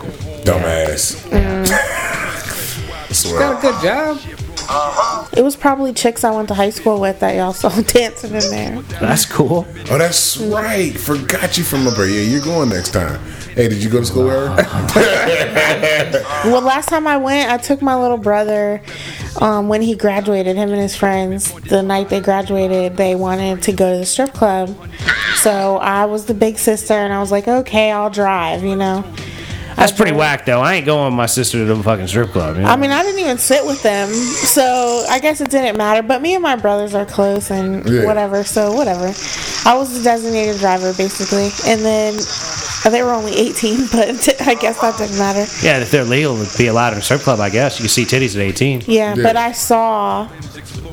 Speaker 5: Dumbass. <laughs>
Speaker 3: Got a
Speaker 5: Swear.
Speaker 3: good job.
Speaker 4: It was probably chicks I went to high school with that y'all saw <laughs> dancing in there.
Speaker 2: That's cool.
Speaker 5: Oh, that's right. Forgot you from up there. Yeah, you're going next time. Hey, did you go to school with her?
Speaker 4: Well, last time I went, I took my little brother um, when he graduated. Him and his friends, the night they graduated, they wanted to go to the strip club. So I was the big sister, and I was like, okay, I'll drive, you know?
Speaker 2: That's pretty whack though. I ain't going with my sister to the fucking strip club. You know?
Speaker 4: I mean, I didn't even sit with them, so I guess it didn't matter. But me and my brothers are close and
Speaker 5: Yeah.
Speaker 4: whatever, so whatever. I was the designated driver, basically. And then they were only 18, <laughs> but I guess that didn't matter.
Speaker 2: yeah, if they're legal to be allowed in a strip club, I guess you can see titties at 18.
Speaker 4: Yeah,
Speaker 5: Yeah.
Speaker 4: but I saw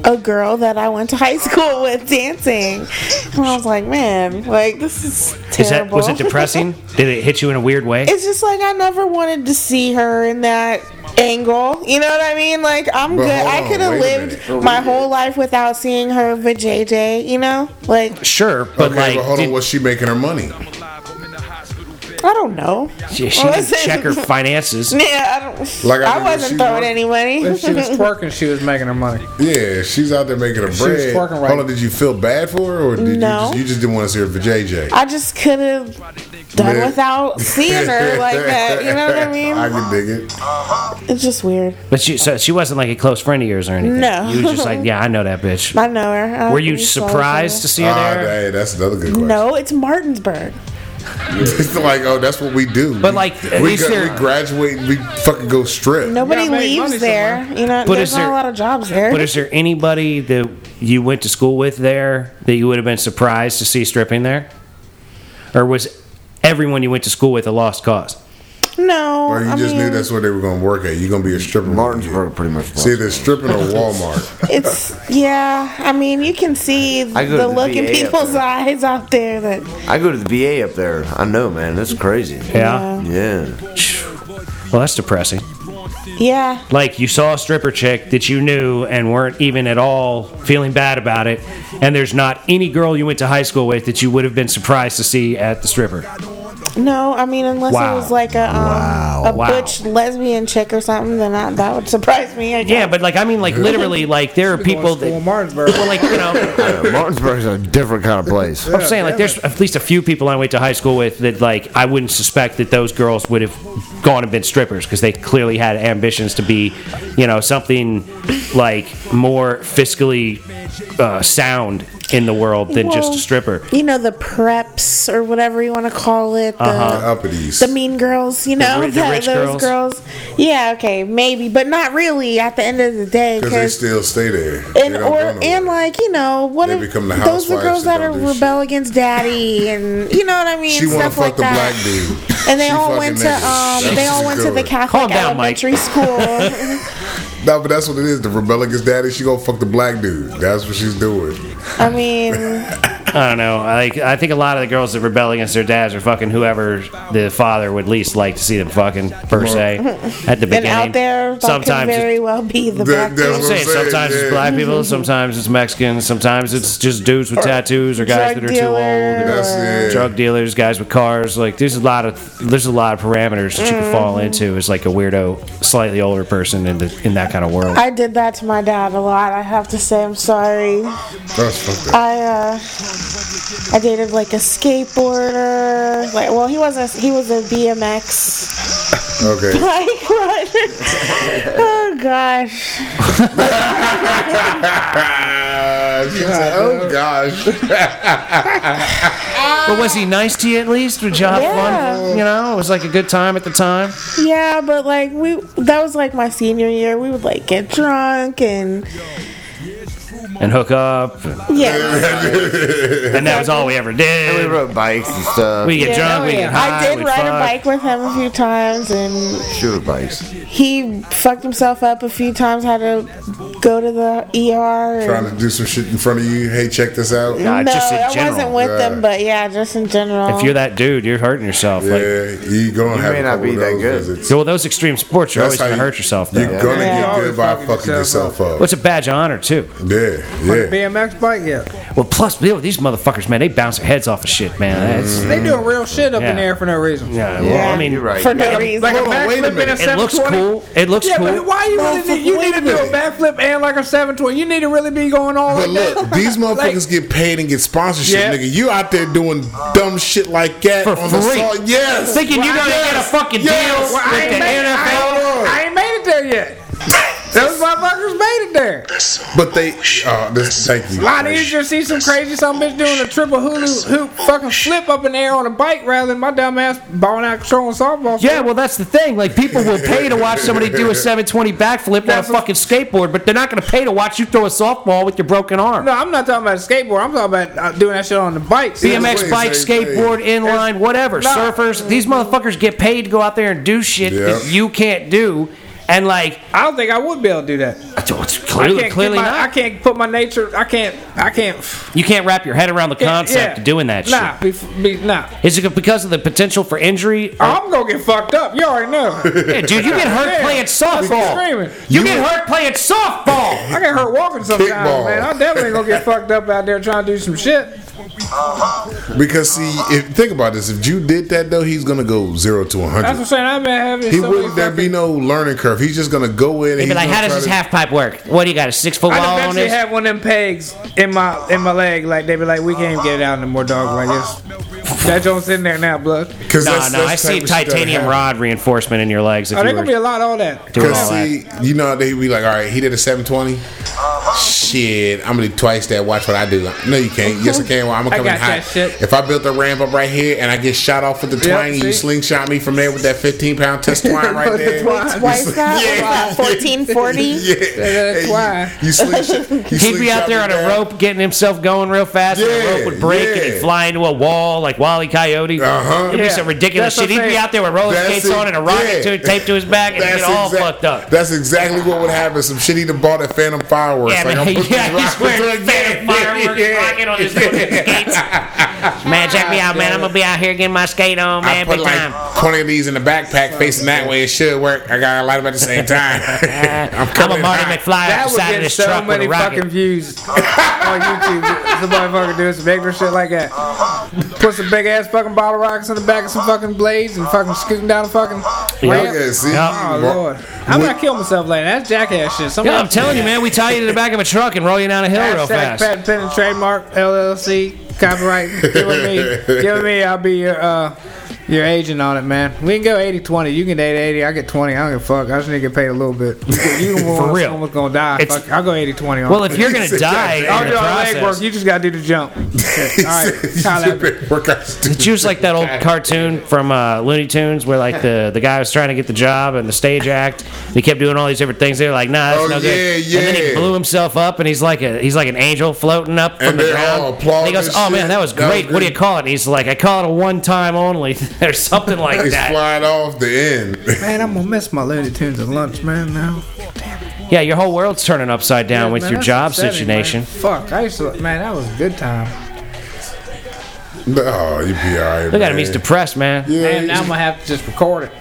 Speaker 4: a girl that I went to high school with dancing. And I was like, man, like, this is terrible.
Speaker 2: Is that was it depressing? Did it hit you in a weird way?
Speaker 4: <laughs> it's just like I never wanted to see her in that angle. You know what I mean? Like I'm
Speaker 5: But
Speaker 4: good.
Speaker 5: hold
Speaker 4: I
Speaker 5: on,
Speaker 4: could have
Speaker 5: wait a
Speaker 4: lived my whole life without seeing her with JJ. You know, like
Speaker 2: Sure, but
Speaker 5: Okay,
Speaker 2: like,
Speaker 5: but hold
Speaker 2: did-
Speaker 5: on. Was she making her money?
Speaker 4: I don't know. <laughs>
Speaker 2: She, she didn't
Speaker 4: Listen.
Speaker 2: check her finances.
Speaker 4: Yeah, I don't.
Speaker 5: Like I
Speaker 4: I,
Speaker 5: knew she
Speaker 4: wasn't throwing
Speaker 5: was-
Speaker 4: any money.
Speaker 3: If she was
Speaker 2: <laughs>
Speaker 3: twerking, she was making her money.
Speaker 5: Yeah, she's out there making a
Speaker 3: She was
Speaker 5: bread.
Speaker 3: twerking right.
Speaker 5: Hold on, did you feel bad for her, or did
Speaker 4: No.
Speaker 5: you, just, you just didn't want to see her for
Speaker 4: <laughs>
Speaker 5: JJ?
Speaker 4: I just could have done
Speaker 5: Man.
Speaker 4: without seeing
Speaker 5: <laughs>
Speaker 4: her like that. You know what I mean?
Speaker 5: I can dig it.
Speaker 4: it's just weird.
Speaker 2: But she so she wasn't like a close friend of yours or anything.
Speaker 4: No.
Speaker 2: You was just like, yeah, I know that bitch.
Speaker 4: I know her. I
Speaker 2: Were you
Speaker 4: think so, so.
Speaker 2: surprised to see her
Speaker 3: Oh,
Speaker 5: Ah,
Speaker 2: there?
Speaker 5: hey, that's another good question.
Speaker 4: No, it's Martinsburg.
Speaker 5: it's like, oh, that's what we do.
Speaker 2: But
Speaker 5: We-
Speaker 2: like, at
Speaker 5: we,
Speaker 2: least
Speaker 5: go-
Speaker 2: you're-
Speaker 5: we graduate, and we fucking go strip.
Speaker 4: Nobody
Speaker 3: gotta make money
Speaker 4: leaves there. You know,
Speaker 2: But
Speaker 4: there's
Speaker 2: is
Speaker 4: not
Speaker 2: there-
Speaker 4: a lot of jobs there.
Speaker 2: But is there anybody that you went to school with there that you would have been surprised to see stripping there? Or was everyone you went to school with a lost cause?
Speaker 4: no,
Speaker 5: Or you
Speaker 4: I
Speaker 5: just
Speaker 4: mean,
Speaker 5: knew that's where they were going to work at. You're going to be a stripper. when you
Speaker 1: Martinsburg pretty much.
Speaker 5: get- See, they're stripping or Walmart.
Speaker 4: it's yeah. I mean, you can see
Speaker 1: <laughs> I go to
Speaker 4: the
Speaker 1: the
Speaker 4: look in
Speaker 1: VA up
Speaker 4: people's
Speaker 1: there.
Speaker 4: eyes out there. That
Speaker 1: I go to the VA up there. I know, man. That's crazy.
Speaker 2: Yeah.
Speaker 1: Yeah.
Speaker 2: Well, that's depressing.
Speaker 4: yeah,
Speaker 2: Like you saw a stripper chick that you knew and weren't even at all feeling bad about it, and there's not any girl you went to high school with that you would have been surprised to see at the stripper.
Speaker 4: no. I mean, unless
Speaker 2: Wow.
Speaker 4: it was like a um, a
Speaker 2: Wow.
Speaker 4: butch lesbian chick or something, then I, that would surprise me. I guess.
Speaker 2: Yeah, but like I mean, like literally, like there are people
Speaker 3: Going to school
Speaker 2: that,
Speaker 3: in Martinsburg.
Speaker 2: well, like you know,
Speaker 1: Yeah, Martinsburg's a different kind of <laughs> place.
Speaker 2: I'm saying like there's at least a few people I went to high school with that like I wouldn't suspect that those girls would have gone and been strippers because they clearly had ambitions to be, you know, something like more fiscally uh, sound in the world than just a
Speaker 4: Well,
Speaker 2: stripper.
Speaker 4: you know the preps or whatever you want to call it. The,
Speaker 2: Uh-huh.
Speaker 5: Uppities.
Speaker 4: the mean girls, you know,
Speaker 2: ri- the
Speaker 4: that-
Speaker 2: rich
Speaker 4: those girls. Yeah, okay, maybe, but not really. At the end of the day,
Speaker 5: Because they
Speaker 4: 'cause-
Speaker 5: still stay there.
Speaker 4: and or and like you know, what
Speaker 5: They
Speaker 4: if
Speaker 5: become the
Speaker 4: those are
Speaker 5: housewives
Speaker 4: girls
Speaker 5: that
Speaker 4: that are
Speaker 5: don't do shit.
Speaker 4: rebel against daddy, and you know what I mean,
Speaker 5: she want to
Speaker 4: stuff
Speaker 5: fuck
Speaker 4: like
Speaker 5: the
Speaker 4: that.
Speaker 5: black dude.
Speaker 4: And they
Speaker 5: She
Speaker 4: all
Speaker 5: fucking
Speaker 4: went to
Speaker 5: niggas.
Speaker 4: um,
Speaker 5: That's
Speaker 4: they all
Speaker 5: the
Speaker 4: went to
Speaker 5: story.
Speaker 4: the Catholic
Speaker 2: Calm down, Mike.
Speaker 4: elementary school.
Speaker 2: <laughs>
Speaker 5: No, but that's what it is. The rebel against daddy, she going to fuck the black dude. That's what she's doing.
Speaker 4: I mean,
Speaker 2: I don't know. Like I think a lot of the girls that rebel against their dads are fucking whoever the father would least like to see them fucking per se at the beginning.
Speaker 4: and out there, that could
Speaker 2: sometimes it's
Speaker 4: very well be the black
Speaker 5: That- that's
Speaker 2: I'm
Speaker 5: what
Speaker 4: dude.
Speaker 2: saying sometimes
Speaker 5: yeah.
Speaker 2: it's black people, sometimes it's Mexicans, sometimes it's just dudes with tattoos or guys that
Speaker 4: drug
Speaker 2: are too old,
Speaker 4: dealer.
Speaker 5: That's it.
Speaker 2: drug dealers, guys with cars. Like there's a lot of there's a lot of parameters that you can fall
Speaker 4: Mm-hmm.
Speaker 2: into as like a weirdo, slightly older person in the in that kind of world.
Speaker 4: I did that to my dad a lot. I have to say, I'm sorry.
Speaker 5: That's fucked up.
Speaker 4: I uh, I dated like a skateboarder. Like, well, he was a he was a <laughs> BMX <laughs>
Speaker 5: Okay.
Speaker 4: bike rider. oh gosh.
Speaker 5: Ah, she said, oh, gosh.
Speaker 2: but was he nice to you at least? Did you have
Speaker 4: Yeah.
Speaker 2: fun? You know, it was like a good time at the time.
Speaker 4: Yeah, but like we that was like my senior year. We would like get drunk and
Speaker 2: And hook up, and,
Speaker 4: yeah.
Speaker 2: and that was all we ever
Speaker 1: We
Speaker 2: did.
Speaker 1: rode bikes and stuff.
Speaker 2: We get
Speaker 4: Yeah.
Speaker 2: drunk, we get high.
Speaker 4: I did
Speaker 2: we'd
Speaker 4: ride a
Speaker 2: fuck.
Speaker 4: bike with him a few times and
Speaker 1: sure bikes.
Speaker 4: he fucked himself up a few times had to go to the ER. and-
Speaker 5: Trying to do some shit in front of you. Hey, check this out.
Speaker 2: Yeah. Uh,
Speaker 4: no,
Speaker 2: just in
Speaker 4: I wasn't
Speaker 2: general.
Speaker 4: with
Speaker 5: Yeah.
Speaker 4: them, but yeah, just in general.
Speaker 2: If you're that dude, you're hurting yourself. Like,
Speaker 5: Yeah, you gonna have
Speaker 1: may
Speaker 5: a
Speaker 1: not
Speaker 5: couple
Speaker 1: be
Speaker 5: of
Speaker 1: that
Speaker 5: those
Speaker 1: good.
Speaker 5: visits.
Speaker 2: Yeah, well, those extreme sports, you're
Speaker 5: That's
Speaker 2: always going
Speaker 5: how
Speaker 2: to
Speaker 5: you-
Speaker 2: hurt yourself.
Speaker 5: You're
Speaker 2: Though.
Speaker 5: gonna
Speaker 4: Yeah.
Speaker 5: get good by fucking yourself up.
Speaker 2: What's a badge of honor too?
Speaker 5: Yeah, yeah.
Speaker 3: BMX bike, yeah.
Speaker 2: Well, plus you know, these motherfuckers, man, they bounce their heads off of shit, man. That's,
Speaker 5: Mm-hmm.
Speaker 3: They doing real shit up
Speaker 2: Yeah.
Speaker 3: in there for no reason.
Speaker 2: yeah, well, I mean,
Speaker 1: Mm. You're right.
Speaker 4: for no reason.
Speaker 3: Like a
Speaker 5: Hold on, wait a
Speaker 3: backflip and a
Speaker 5: minute.
Speaker 2: it looks
Speaker 3: 720.
Speaker 2: cool. It looks
Speaker 3: Yeah,
Speaker 2: cool.
Speaker 3: but why you really
Speaker 5: Well,
Speaker 3: need, you
Speaker 5: wait
Speaker 3: need to
Speaker 5: a
Speaker 3: do a
Speaker 5: minute.
Speaker 3: backflip and like a 720. You need to really be going all
Speaker 5: But
Speaker 3: like that.
Speaker 5: look, these motherfuckers
Speaker 3: Like-
Speaker 5: get paid and get sponsorship,
Speaker 3: Yeah.
Speaker 5: nigga. You out there doing dumb shit like that
Speaker 2: For
Speaker 5: on the
Speaker 2: free.
Speaker 5: song. Yes.
Speaker 2: Thinking you're gonna
Speaker 5: Yes.
Speaker 2: get a fucking
Speaker 5: Yes.
Speaker 2: deal
Speaker 3: Well, I
Speaker 2: with
Speaker 3: ain't
Speaker 2: the
Speaker 3: made- I
Speaker 2: NFL.
Speaker 3: ain't- I ain't made it there yet. <laughs> Those motherfuckers made it there.
Speaker 5: But they, uh, this, thank you.
Speaker 3: A lot easier to see some crazy some bitch doing a triple hula hoop fucking flip up in the air on a bike rather than my dumb ass balling out control on softball.
Speaker 2: Yeah, well, that's the thing. Like, people will pay to watch somebody do a 720 backflip on a
Speaker 3: That's what-
Speaker 2: fucking skateboard, but they're not going to pay to watch you throw a softball with your broken arm.
Speaker 3: No, I'm not talking about a skateboard. I'm talking about uh, doing that shit on the bikes.
Speaker 5: way,
Speaker 2: BMX bike,
Speaker 5: same thing.
Speaker 2: skateboard, inline, whatever.
Speaker 3: No.
Speaker 2: Surfers. These motherfuckers get paid to go out there and do shit that
Speaker 5: Yeah.
Speaker 2: you can't do. And like,
Speaker 3: I don't think I would be able to do that. I
Speaker 2: clearly,
Speaker 3: can't,
Speaker 2: clearly
Speaker 3: get my,
Speaker 2: not.
Speaker 3: I can't put my nature. I can't. I can't.
Speaker 2: you can't wrap your head around the concept
Speaker 3: yeah.
Speaker 2: of doing that
Speaker 3: Nah,
Speaker 2: shit.
Speaker 3: be, be, nah.
Speaker 2: Is it because of the potential for injury? Oh,
Speaker 3: I'm gonna get fucked up. You
Speaker 2: <laughs>
Speaker 3: already know.
Speaker 2: Yeah, dude, you get hurt
Speaker 3: Oh, Yeah.
Speaker 2: playing
Speaker 3: Screaming.
Speaker 2: softball. You, get hurt playing softball.
Speaker 3: I get hurt walking sometimes,
Speaker 5: Kickball.
Speaker 3: man. I definitely gonna get fucked up out there trying to do some shit.
Speaker 5: Because see, if think about this, if Jew did that though, he's gonna go zero to one
Speaker 3: That's what I'm
Speaker 5: hundred.
Speaker 3: saying. I've been having.
Speaker 5: He
Speaker 3: so many
Speaker 5: wouldn't. There be no learning curve. He's just gonna go in. and
Speaker 2: They'd be
Speaker 5: he's
Speaker 2: like,
Speaker 5: gonna
Speaker 2: how does
Speaker 5: try
Speaker 2: this
Speaker 5: to-
Speaker 2: half pipe work? What do you got, a six foot wall
Speaker 3: I
Speaker 2: on
Speaker 3: eventually
Speaker 2: this?
Speaker 3: have one of them pegs in my in my leg. Like they be like, we can't get it out no more, dog. Like this. That joint's in there now, blood.
Speaker 5: 'Cause
Speaker 2: no,
Speaker 5: that's-
Speaker 2: no,
Speaker 5: that's
Speaker 2: I
Speaker 5: the
Speaker 2: see
Speaker 5: type of shit that'll
Speaker 2: titanium
Speaker 5: happen.
Speaker 2: rod reinforcement in your legs if
Speaker 3: Oh,
Speaker 2: you
Speaker 3: there
Speaker 2: were
Speaker 3: gonna be a lot of all that.
Speaker 2: doing all
Speaker 5: Cause
Speaker 2: that.
Speaker 5: see, you know they be like, all right, he did a seven twenty. Shit, I'm gonna do twice that. Watch what I do. No, you can't. Yes, I can. Well, I'm gonna
Speaker 3: I
Speaker 5: come in
Speaker 3: got that
Speaker 5: hot.
Speaker 3: shit.
Speaker 5: If I built a ramp up right here and I get shot off with the
Speaker 3: Yep,
Speaker 5: twine, you
Speaker 3: see?
Speaker 5: slingshot me from there with that 15 pound
Speaker 2: <laughs>
Speaker 5: test twine right
Speaker 3: With the
Speaker 5: there.
Speaker 3: twine.
Speaker 4: Twice that? Fourteen forty.
Speaker 5: <laughs> Yeah,
Speaker 3: that's
Speaker 5: And you-
Speaker 3: why.
Speaker 5: You, slingshot.
Speaker 2: <laughs>
Speaker 5: you
Speaker 2: He'd be out
Speaker 5: slingshot
Speaker 2: there
Speaker 5: me
Speaker 2: on a
Speaker 5: down.
Speaker 2: rope, getting himself going real fast, and
Speaker 5: Yeah,
Speaker 2: the rope would break, and
Speaker 5: yeah.
Speaker 2: he'd fly into a wall like Wally Coyote.
Speaker 5: Uh-huh.
Speaker 2: It'd be
Speaker 3: Yeah,
Speaker 2: some ridiculous
Speaker 3: that's what
Speaker 2: shit. He'd
Speaker 3: I'm
Speaker 2: be
Speaker 3: saying.
Speaker 2: out there with roller
Speaker 5: That's
Speaker 2: skates
Speaker 5: it,
Speaker 2: on and a rocket
Speaker 5: yeah.
Speaker 2: to it taped to his back, and he'd get all
Speaker 5: exact-
Speaker 2: fucked up.
Speaker 5: That's exactly what would happen. Some shit he'd have bought at Phantom Fireworks.
Speaker 2: <laughs> Yeah,
Speaker 5: like,
Speaker 2: man,
Speaker 5: I'm putting
Speaker 2: yeah,
Speaker 5: these
Speaker 2: he's wearing Phantom
Speaker 3: <laughs>
Speaker 5: rockets- <laughs>
Speaker 2: Fireworks rocket on his fucking skates. Man, check me out, man. I'm gonna be out here getting my skate on,
Speaker 5: I
Speaker 2: man,
Speaker 5: put
Speaker 2: big
Speaker 3: <laughs>
Speaker 5: like
Speaker 2: time.
Speaker 5: 20 of these in the backpack facing that way. It should work. I got a lot of them at the
Speaker 2: <laughs>
Speaker 5: same time. <laughs> I'm
Speaker 2: Uh, I'm a
Speaker 5: coming
Speaker 2: Marty
Speaker 5: hot.
Speaker 2: McFly
Speaker 3: That
Speaker 2: off the
Speaker 3: would
Speaker 2: side of
Speaker 3: get
Speaker 2: this
Speaker 3: so
Speaker 2: truck with
Speaker 3: many
Speaker 2: a rocket.
Speaker 3: fucking views on YouTube. Some motherfucker doing some ignorant shit like that. Put some big ass fucking bottle rockets in the back of some fucking blades and fucking scooting down a fucking ramp.
Speaker 5: Okay, see?
Speaker 2: Uh,
Speaker 3: Oh lord, I'm gonna kill myself later. That's jackass shit. Somebody
Speaker 2: Yeah, I'm telling
Speaker 3: <laughs>
Speaker 2: you, man. We tie you to the back of a truck and roll you down a hill real
Speaker 3: Hashtag
Speaker 2: fast.
Speaker 3: patent pending trademark LLC
Speaker 2: <laughs>
Speaker 3: copyright. Give it me, give it me. I'll be your uh, your agent on it, man. We can go 80-20. You can date eighty. I get twenty. I don't give a fuck. I just need to get paid a
Speaker 2: <laughs>
Speaker 3: little bit. You can
Speaker 2: For
Speaker 3: want
Speaker 2: real.
Speaker 3: Someone's gonna die.
Speaker 2: It's-
Speaker 3: Fuck, I'll go 80-20 on.
Speaker 2: Well,
Speaker 3: it.
Speaker 2: if you're gonna die in
Speaker 3: I'll do
Speaker 2: the
Speaker 3: all the legwork.
Speaker 2: process,
Speaker 3: You just gotta do
Speaker 2: <laughs>
Speaker 3: the jump. Okay, All
Speaker 5: <laughs>
Speaker 3: right, holla at me.
Speaker 2: it's just like that old cartoon from uh, Looney Tunes where like the, the guy was trying to get the job and the stage act. And he kept doing all these different things. They were like, nah, that's
Speaker 5: Oh,
Speaker 2: no good.
Speaker 5: yeah,
Speaker 2: And then he
Speaker 5: yeah.
Speaker 2: blew himself up, and he's like a he's like an angel floating up from
Speaker 5: And
Speaker 2: the
Speaker 5: they're
Speaker 2: ground.
Speaker 5: all applauding
Speaker 2: And he goes,
Speaker 5: and
Speaker 2: oh
Speaker 5: shit.
Speaker 2: man, that was
Speaker 5: That was
Speaker 2: great. what do
Speaker 5: good.
Speaker 2: you call it? And he's like, I call it a one time only <laughs> or something like
Speaker 5: He's
Speaker 2: that.
Speaker 5: flying off the end. <laughs>
Speaker 3: Man, I'm gonna miss my Looney Tunes at lunch, man. Now,
Speaker 2: Yeah, your whole world's turning upside down with
Speaker 3: Man,
Speaker 2: your
Speaker 3: that's
Speaker 2: job
Speaker 3: upsetting, man.
Speaker 2: situation.
Speaker 3: Fuck, I used to. Man, that was a good time.
Speaker 5: oh, you'd be all right.
Speaker 2: Look at
Speaker 5: man.
Speaker 2: him, he's depressed, man.
Speaker 5: Yeah,
Speaker 3: Man, now
Speaker 5: he's-
Speaker 3: I'm gonna have to just record it.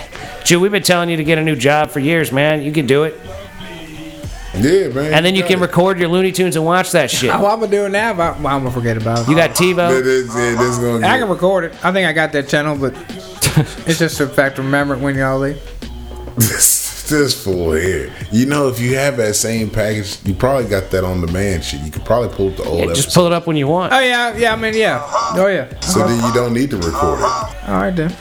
Speaker 2: Dude, we've been telling you to get a new job for years, man. You can do it.
Speaker 5: <laughs> yeah, man.
Speaker 2: And then you can
Speaker 5: record.
Speaker 2: record your Looney Tunes and watch that shit.
Speaker 3: Oh, I'm gonna do it now, but I'm gonna forget about it.
Speaker 2: You got TiVo.
Speaker 3: I can record it. I think I got that channel, but
Speaker 2: <laughs>
Speaker 3: it's just a fact. to Remember it when y'all leave.
Speaker 5: <laughs> this this fool here. You know, if you have that same package, you probably got that on demand shit. You could probably pull up the old
Speaker 2: Yeah,
Speaker 5: episode,
Speaker 2: just pull it up when you want.
Speaker 3: Oh yeah, yeah. I mean, yeah. Oh yeah.
Speaker 5: so then you don't need to record it.
Speaker 3: All right then.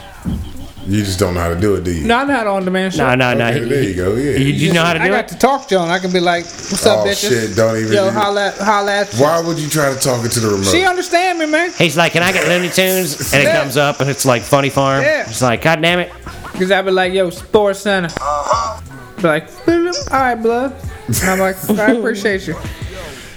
Speaker 5: You just don't know how to do it, do you?
Speaker 3: No, I'm not on demand. Shit.
Speaker 2: No, no, no.
Speaker 5: Okay,
Speaker 2: he-
Speaker 5: there you go. Yeah,
Speaker 2: You, you know how to
Speaker 3: I
Speaker 2: do
Speaker 3: got
Speaker 2: it?
Speaker 3: to talk, John. I can be like, "What's up,
Speaker 5: Oh,
Speaker 3: bitches?"
Speaker 5: shit, don't even
Speaker 3: Yo,
Speaker 5: do-
Speaker 3: holla, at- holla at.
Speaker 5: Why would you try to talk into the remote?
Speaker 3: She understand me, man.
Speaker 2: He's like, can I get Looney Tunes? And it
Speaker 3: Yeah.
Speaker 2: comes up and it's like Funny Farm.
Speaker 3: Yeah.
Speaker 2: It's like, God damn it.
Speaker 3: Cause I be like, "Yo, Sports Center."
Speaker 5: Uh-huh.
Speaker 3: Be like, "All right, blood." And I'm like, "I appreciate you."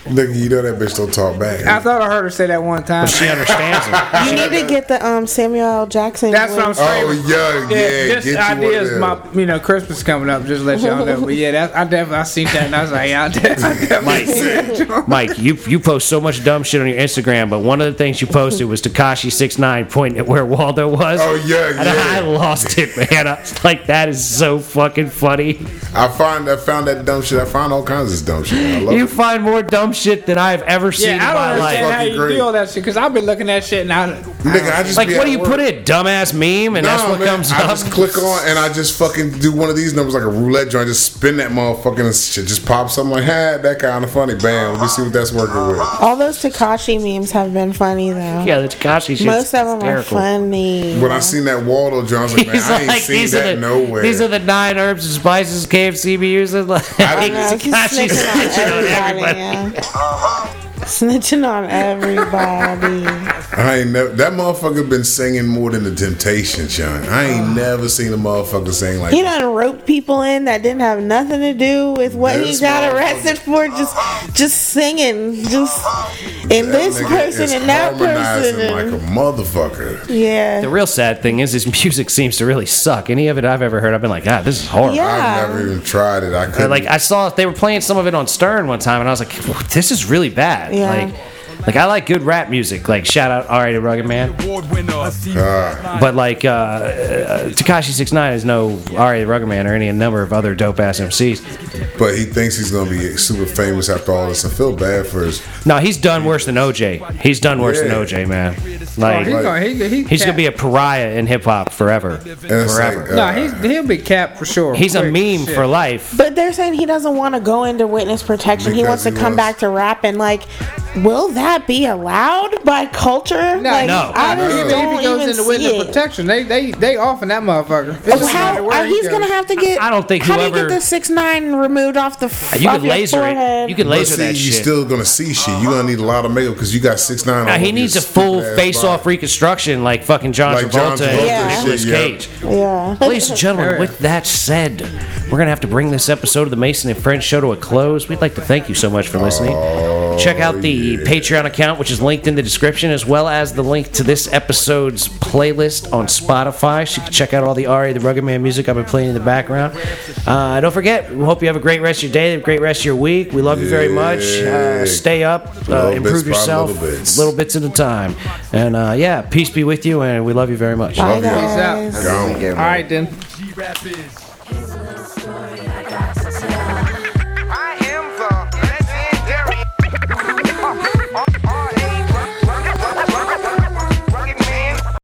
Speaker 5: Look, you know that bitch don't talk back.
Speaker 3: I thought I heard her say that one time.
Speaker 2: She understands
Speaker 5: <laughs>
Speaker 2: him.
Speaker 4: You need to get the um Samuel L. Jackson.
Speaker 3: That's what I'm saying.
Speaker 5: oh, young, yeah,
Speaker 3: Yeah,
Speaker 5: get
Speaker 3: just
Speaker 5: you
Speaker 3: ideas.
Speaker 5: one of
Speaker 3: My, you know, Christmas coming up. Just to let y'all know. But yeah, that, I definitely I seen that and I was like,
Speaker 5: <laughs>
Speaker 3: yeah, I definitely.
Speaker 2: Mike, Mike, you you post so much dumb shit on your Instagram, but one of the things you posted was Takashi 69 pointing at where Waldo was.
Speaker 5: Oh, yeah,
Speaker 2: And I
Speaker 5: yeah.
Speaker 2: lost it, man. I was like, that is so fucking funny.
Speaker 5: them. I find I found that dumb shit. I find all kinds of dumb shit. I love
Speaker 2: You
Speaker 5: it.
Speaker 2: find more dumb shit than I've ever seen
Speaker 3: Yeah, I
Speaker 2: in
Speaker 3: don't
Speaker 2: my life.
Speaker 3: understand how
Speaker 5: Fucking
Speaker 3: you
Speaker 5: great.
Speaker 3: do all that shit because I've been looking at shit and I.
Speaker 5: Nigga, I just
Speaker 2: Like,
Speaker 5: be
Speaker 2: what
Speaker 5: at
Speaker 2: do you
Speaker 5: work.
Speaker 2: put in? Dumbass meme, and that's
Speaker 5: Nah,
Speaker 2: what
Speaker 5: man,
Speaker 2: comes
Speaker 5: I
Speaker 2: up.
Speaker 5: just click on and I just fucking do one of these numbers like a roulette joint. Just spin that motherfucking and shit. Just pops up. I'm like, hey, that kind of funny. Bam. Let me see what that's working with.
Speaker 4: All those Takashi memes have been funny though.
Speaker 2: Yeah, the Takashi shit's
Speaker 4: Most of them
Speaker 2: hysterical.
Speaker 4: are funny.
Speaker 5: When I seen that Waldo joint, I was like,
Speaker 2: <laughs>
Speaker 5: man,
Speaker 2: He's
Speaker 5: I ain't
Speaker 2: like,
Speaker 5: seen
Speaker 2: these, are
Speaker 5: that
Speaker 2: the,
Speaker 5: nowhere.
Speaker 2: these are the nine herbs and spices KFC be using. Like,
Speaker 5: I
Speaker 4: You know, he's
Speaker 2: Takashi's
Speaker 4: snitching
Speaker 2: snitching <laughs>
Speaker 4: on everybody. yeah. <laughs> Snitching on everybody.
Speaker 5: I ain't never. That motherfucker been singing more than the Temptations, John. I
Speaker 4: Oh.
Speaker 5: ain't never seen a motherfucker sing like.
Speaker 4: He
Speaker 5: that.
Speaker 4: done rope people in that didn't have nothing to do with what
Speaker 5: This
Speaker 4: he got
Speaker 5: motherfucker.
Speaker 4: arrested for. Just, just singing, just and
Speaker 5: That
Speaker 4: this
Speaker 5: nigga is
Speaker 4: person and that
Speaker 5: harmonizing
Speaker 4: person. and-
Speaker 5: like a motherfucker.
Speaker 4: yeah.
Speaker 2: The real sad thing is his music seems to really suck. Any of it I've ever heard, I've been like, ah, this is horrible.
Speaker 4: Yeah.
Speaker 5: I've never even tried it. I couldn't.
Speaker 2: Like I saw they were playing some of it on Stern one time, and I was like, this is really bad.
Speaker 4: Yeah.
Speaker 2: Like Like I like good rap music. Like shout out Ari the Rugged Man. But like uh, uh, Takashi Six Nine is no Ari the Rugged Man or any number of other dope ass MCs.
Speaker 5: But he thinks he's gonna be super famous after all this. I feel bad for his.
Speaker 2: No, he's done worse than OJ. He's done worse
Speaker 5: Yeah.
Speaker 2: than
Speaker 5: Oh,
Speaker 2: OJ, man.
Speaker 3: He's
Speaker 2: Like
Speaker 3: gonna, Oh, he, he
Speaker 2: he's gonna be a pariah in hip hop forever.
Speaker 5: And it's like,
Speaker 2: Forever.
Speaker 5: uh,
Speaker 3: no, he's, he'll be capped for sure.
Speaker 2: He's a
Speaker 3: Quick
Speaker 2: meme
Speaker 3: shit.
Speaker 2: for life.
Speaker 4: But they're saying he doesn't want to go into witness protection. he
Speaker 5: Because
Speaker 4: wants to
Speaker 5: he
Speaker 4: come
Speaker 5: wants-
Speaker 4: back to rap and like, will that be allowed by culture?
Speaker 3: No,
Speaker 4: like,
Speaker 2: No.
Speaker 4: I
Speaker 3: Even
Speaker 4: just
Speaker 3: if
Speaker 4: don't
Speaker 3: he goes
Speaker 4: even
Speaker 3: into
Speaker 4: see
Speaker 3: witness
Speaker 4: it.
Speaker 3: protection, they they they offing that motherfucker. It's
Speaker 4: Well,
Speaker 3: just no matter
Speaker 4: How,
Speaker 3: where
Speaker 4: uh,
Speaker 3: he
Speaker 4: he's gonna
Speaker 3: goes.
Speaker 4: have to get.
Speaker 2: I don't think
Speaker 4: how do you
Speaker 2: whoever-
Speaker 4: get the six nine removed off the? f-
Speaker 2: You
Speaker 4: off
Speaker 2: could
Speaker 4: your
Speaker 2: laser
Speaker 4: forehead?
Speaker 2: it. You could
Speaker 5: but
Speaker 2: laser
Speaker 5: see,
Speaker 2: that
Speaker 5: you
Speaker 2: shit.
Speaker 5: still gonna see shit. You are gonna need a lot of makeup because you got six nine.
Speaker 2: Now, he needs a full face-off reconstruction, like fucking John
Speaker 5: Like John
Speaker 2: Travolta, and
Speaker 5: Travolta
Speaker 4: and
Speaker 2: Nicolas
Speaker 5: shit, yeah.
Speaker 2: Cage.
Speaker 4: Yeah.
Speaker 2: Ladies and gentlemen, with that said, we're gonna have to bring this episode of the Mason and French Show to a close. We'd like to thank you so much for listening. Check out the Patreon account, which is linked in the description, as well as the link to this episode's playlist on Spotify. So you can check out all the Ari the Rugged Man music I've been playing in the background. Uh, don't forget, we hope you have a great rest of your day, a great rest of your week. We love you very much. Uh,
Speaker 5: Yeah.
Speaker 2: stay up, uh,
Speaker 5: Little bits
Speaker 2: improve
Speaker 5: by
Speaker 2: yourself,
Speaker 5: little bits.
Speaker 2: little bits at a time. And uh, yeah, peace be with you, and we love you very much.
Speaker 4: Bye
Speaker 5: Love you.
Speaker 4: guys.
Speaker 3: All right then.
Speaker 8: Gone.
Speaker 3: All right then.
Speaker 9: G-Rap is